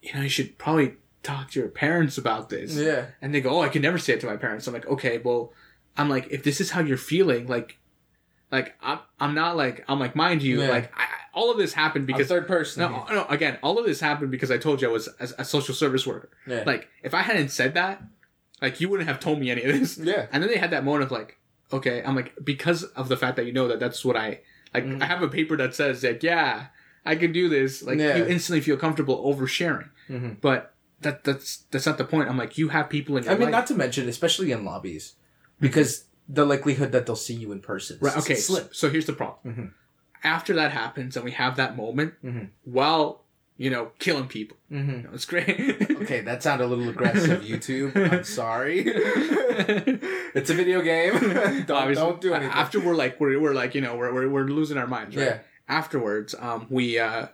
Speaker 2: you know, you should probably talk to your parents about this.
Speaker 1: yeah,
Speaker 2: And they go, "Oh, I can never say it to my parents." I'm like, "Okay, well, I'm like, if this is how you're feeling, like, like I'm, I'm not like, I'm like, mind you,
Speaker 1: Yeah.
Speaker 2: like, I, I- all of this happened
Speaker 1: I'm
Speaker 2: because
Speaker 1: third person.
Speaker 2: no, no, again, all of this happened because I told you I was a, a social service worker.
Speaker 1: here. yeah.
Speaker 2: Like, if I hadn't said that, like, you wouldn't have told me any of this.
Speaker 1: yeah,
Speaker 2: And then they had that moment of like, okay, I'm like, because of the fact that you know that that's what I like.
Speaker 1: Mhm.
Speaker 2: I have a paper that says like, yeah, I can do this. Like,
Speaker 1: Yeah.
Speaker 2: you instantly feel comfortable oversharing,
Speaker 1: Mhm.
Speaker 2: but that that's that's not the point. I'm like, you have people in your
Speaker 1: I mean,
Speaker 2: life.
Speaker 1: not to mention, especially in lobbies, because the likelihood that they'll see you in person is
Speaker 2: Right. Okay.
Speaker 1: slim.
Speaker 2: So, so here's the problem.
Speaker 1: Mhm.
Speaker 2: After that happens, and we have that moment,
Speaker 1: Mhm.
Speaker 2: while you know, killing people.
Speaker 1: Mm-hmm.
Speaker 2: You know, it's great.
Speaker 1: Okay, that sounded a little aggressive, YouTube. I'm sorry. it's a video game. don't,
Speaker 2: Obviously,
Speaker 1: don't do anything.
Speaker 2: After we're like we're, we're like you know we're, we're, we're losing our minds. Right?
Speaker 1: Yeah.
Speaker 2: Afterwards, um, we uh,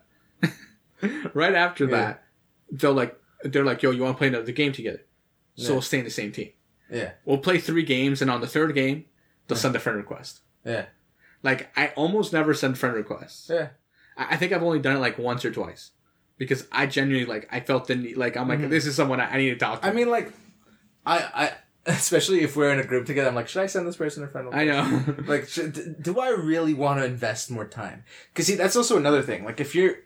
Speaker 2: right after
Speaker 1: Yeah.
Speaker 2: that, they'll like they're like, yo, you want to play another game together? So
Speaker 1: Yeah.
Speaker 2: we'll stay in the same team.
Speaker 1: Yeah.
Speaker 2: We'll play three games, and on the third game, they'll
Speaker 1: Yeah.
Speaker 2: send a friend request.
Speaker 1: Yeah.
Speaker 2: Like I almost never send friend requests.
Speaker 1: Yeah.
Speaker 2: I, I think I've only done it like once or twice. Because I genuinely like I felt the need like I'm like
Speaker 1: Mhm.
Speaker 2: this is someone I, I need to talk to.
Speaker 1: I mean, like, I, I, especially if we're in a group together, I'm like, should I send this person a friend?
Speaker 2: I know.
Speaker 1: Like, should, d- do I really want to invest more time? Because see, that's also another thing. Like, if you're,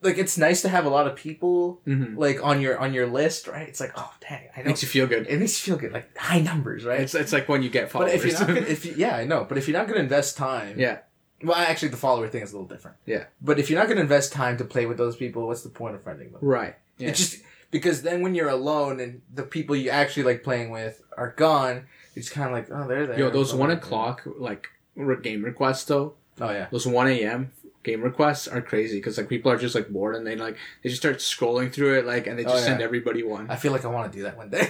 Speaker 1: like, it's nice to have a lot of people
Speaker 2: Mhm.
Speaker 1: like on your on your list, right? It's like, oh, dang, I know.
Speaker 2: makes you feel good.
Speaker 1: It makes you feel good, like high numbers, right?
Speaker 2: It's it's like when you get
Speaker 1: but
Speaker 2: followers.
Speaker 1: if you're not, gonna, if you, yeah, I know. But if you're not going to invest time,
Speaker 2: yeah,
Speaker 1: Well, actually, the follower thing is a little different.
Speaker 2: Yeah.
Speaker 1: But if you're not going to invest time to play with those people, what's the point of friending them?
Speaker 2: right. Yeah.
Speaker 1: It's just because then when you're alone and the people you actually like playing with are gone, it's kind of like, oh, they're there.
Speaker 2: Yo, those one o'clock like re- game requests though.
Speaker 1: Oh yeah.
Speaker 2: Those one a.m. game requests are crazy because like people are just like bored and they like they just start scrolling through it like and they
Speaker 1: Oh,
Speaker 2: just
Speaker 1: yeah.
Speaker 2: send everybody one.
Speaker 1: I feel like I want to do that one day.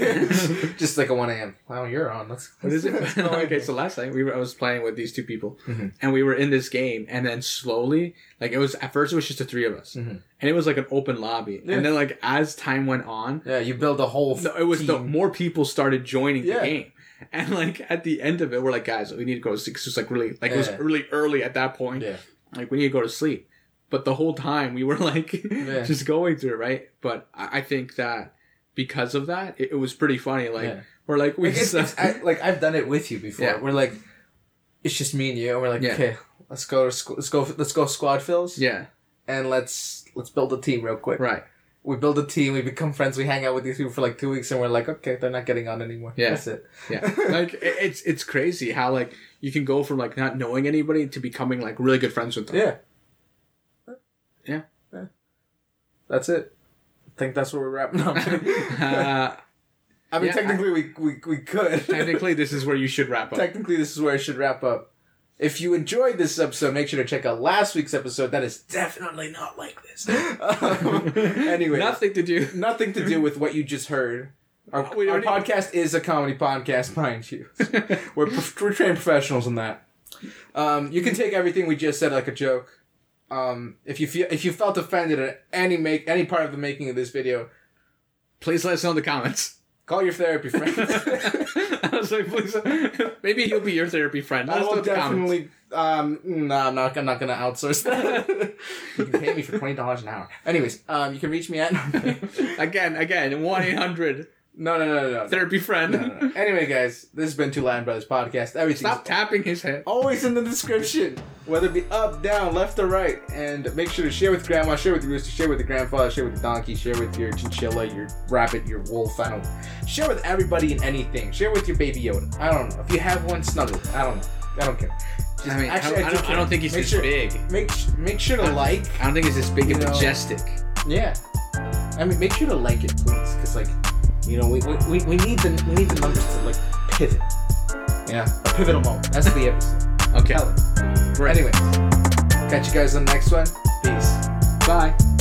Speaker 1: Just like a 1 a.m. Wow, you're on. Let's, Oh,
Speaker 2: What is it?
Speaker 1: let's go in
Speaker 2: okay,
Speaker 1: here.
Speaker 2: so last night we were, I was playing with these two people,
Speaker 1: Mhm.
Speaker 2: and we were in this game, and then slowly, like it was at first it was just the three of us,
Speaker 1: Mhm.
Speaker 2: and it was like an open lobby,
Speaker 1: Yeah.
Speaker 2: and then like as time went on,
Speaker 1: yeah, you build a whole.
Speaker 2: no, it was the
Speaker 1: team.
Speaker 2: more people started joining
Speaker 1: Yeah.
Speaker 2: the game, and like at the end of it, we're like, guys, we need to go. to sleep." 'Cause It was like really like it was
Speaker 1: Yeah.
Speaker 2: really early at that point,
Speaker 1: Yeah.
Speaker 2: like we need to go to sleep. But the whole time we were like
Speaker 1: Yeah.
Speaker 2: just going through it, right? But I I think that because of that, it, it was pretty funny. Like
Speaker 1: Yeah.
Speaker 2: we're like we
Speaker 1: Like, it's,
Speaker 2: suck.
Speaker 1: it's- I, like I've done it with you before.
Speaker 2: Yeah.
Speaker 1: We're like, it's just me and you, and we're like,
Speaker 2: Yeah.
Speaker 1: okay, let's go, to squ- let's go, let's go squad fills,
Speaker 2: yeah,
Speaker 1: and let's let's build a team real quick.
Speaker 2: right.
Speaker 1: we build a team, we become friends, we hang out with these people for like two weeks, and we're like, okay, they're not getting on anymore.
Speaker 2: Yeah.
Speaker 1: That's it.
Speaker 2: Yeah, like it- it's it's crazy how like you can go from like not knowing anybody to becoming like really good friends with them.
Speaker 1: Yeah.
Speaker 2: Yeah.
Speaker 1: Yeah. That's it. I think that's where we're wrapping up. I
Speaker 2: uh,
Speaker 1: mean,
Speaker 2: Yeah,
Speaker 1: technically, we, we, we could.
Speaker 2: technically, this is where you should wrap up.
Speaker 1: technically, this is where I should wrap up. If you enjoyed this episode, make sure to check out last week's episode. That is definitely not like this. Um, anyway,
Speaker 2: nothing to do.
Speaker 1: nothing to do with what you just heard. Our,
Speaker 2: We
Speaker 1: our
Speaker 2: don't even-
Speaker 1: podcast is a comedy podcast, mind you. we're, prof- we're trained professionals in that. Um, you can take everything we just said like a joke. Um, if you feel if you felt offended at any make any part of the making of this video,
Speaker 2: Please let us know in the comments.
Speaker 1: call your therapy friend.
Speaker 2: I was like, please, maybe he'll be your therapy friend. Let
Speaker 1: I
Speaker 2: us know
Speaker 1: will
Speaker 2: in the comments.
Speaker 1: definitely. Um, no, I'm not. I'm not gonna outsource that. you can pay me for twenty dollars an hour. Anyways, um, you can reach me at. no,
Speaker 2: Again, again, one eight hundred
Speaker 1: no, no, no, no.
Speaker 2: therapy friend.
Speaker 1: No, no, no. Anyway, guys, this has been Two Lion Brothers podcast. Everything's
Speaker 2: Stop tapping his head.
Speaker 1: always in the description, whether it be up, down, left, or right. And make sure to share with grandma, share with your rooster, share with the grandfather, share with the donkey, share with your chinchilla, your rabbit, your wolf. I don't share with everybody and anything. Share with your baby Yoda. I don't know if you have one, snuggle. it. I don't know. I don't care. Just-
Speaker 2: I mean, I
Speaker 1: actually,
Speaker 2: don't- I
Speaker 1: do
Speaker 2: don't- I
Speaker 1: care.
Speaker 2: don't think he's
Speaker 1: make
Speaker 2: this
Speaker 1: sure,
Speaker 2: big.
Speaker 1: Make sh- make sure to like.
Speaker 2: I don't think it's this big and
Speaker 1: You know-
Speaker 2: majestic.
Speaker 1: Yeah. I mean, make sure to like it, please, because like, you know, we, we, we, we need the we need the numbers to like pivot. Yeah, a pivotal moment. That's the episode.
Speaker 2: Okay,
Speaker 1: Tell it.
Speaker 2: great.
Speaker 1: Anyway, catch you guys on the next one. Peace.
Speaker 2: bye.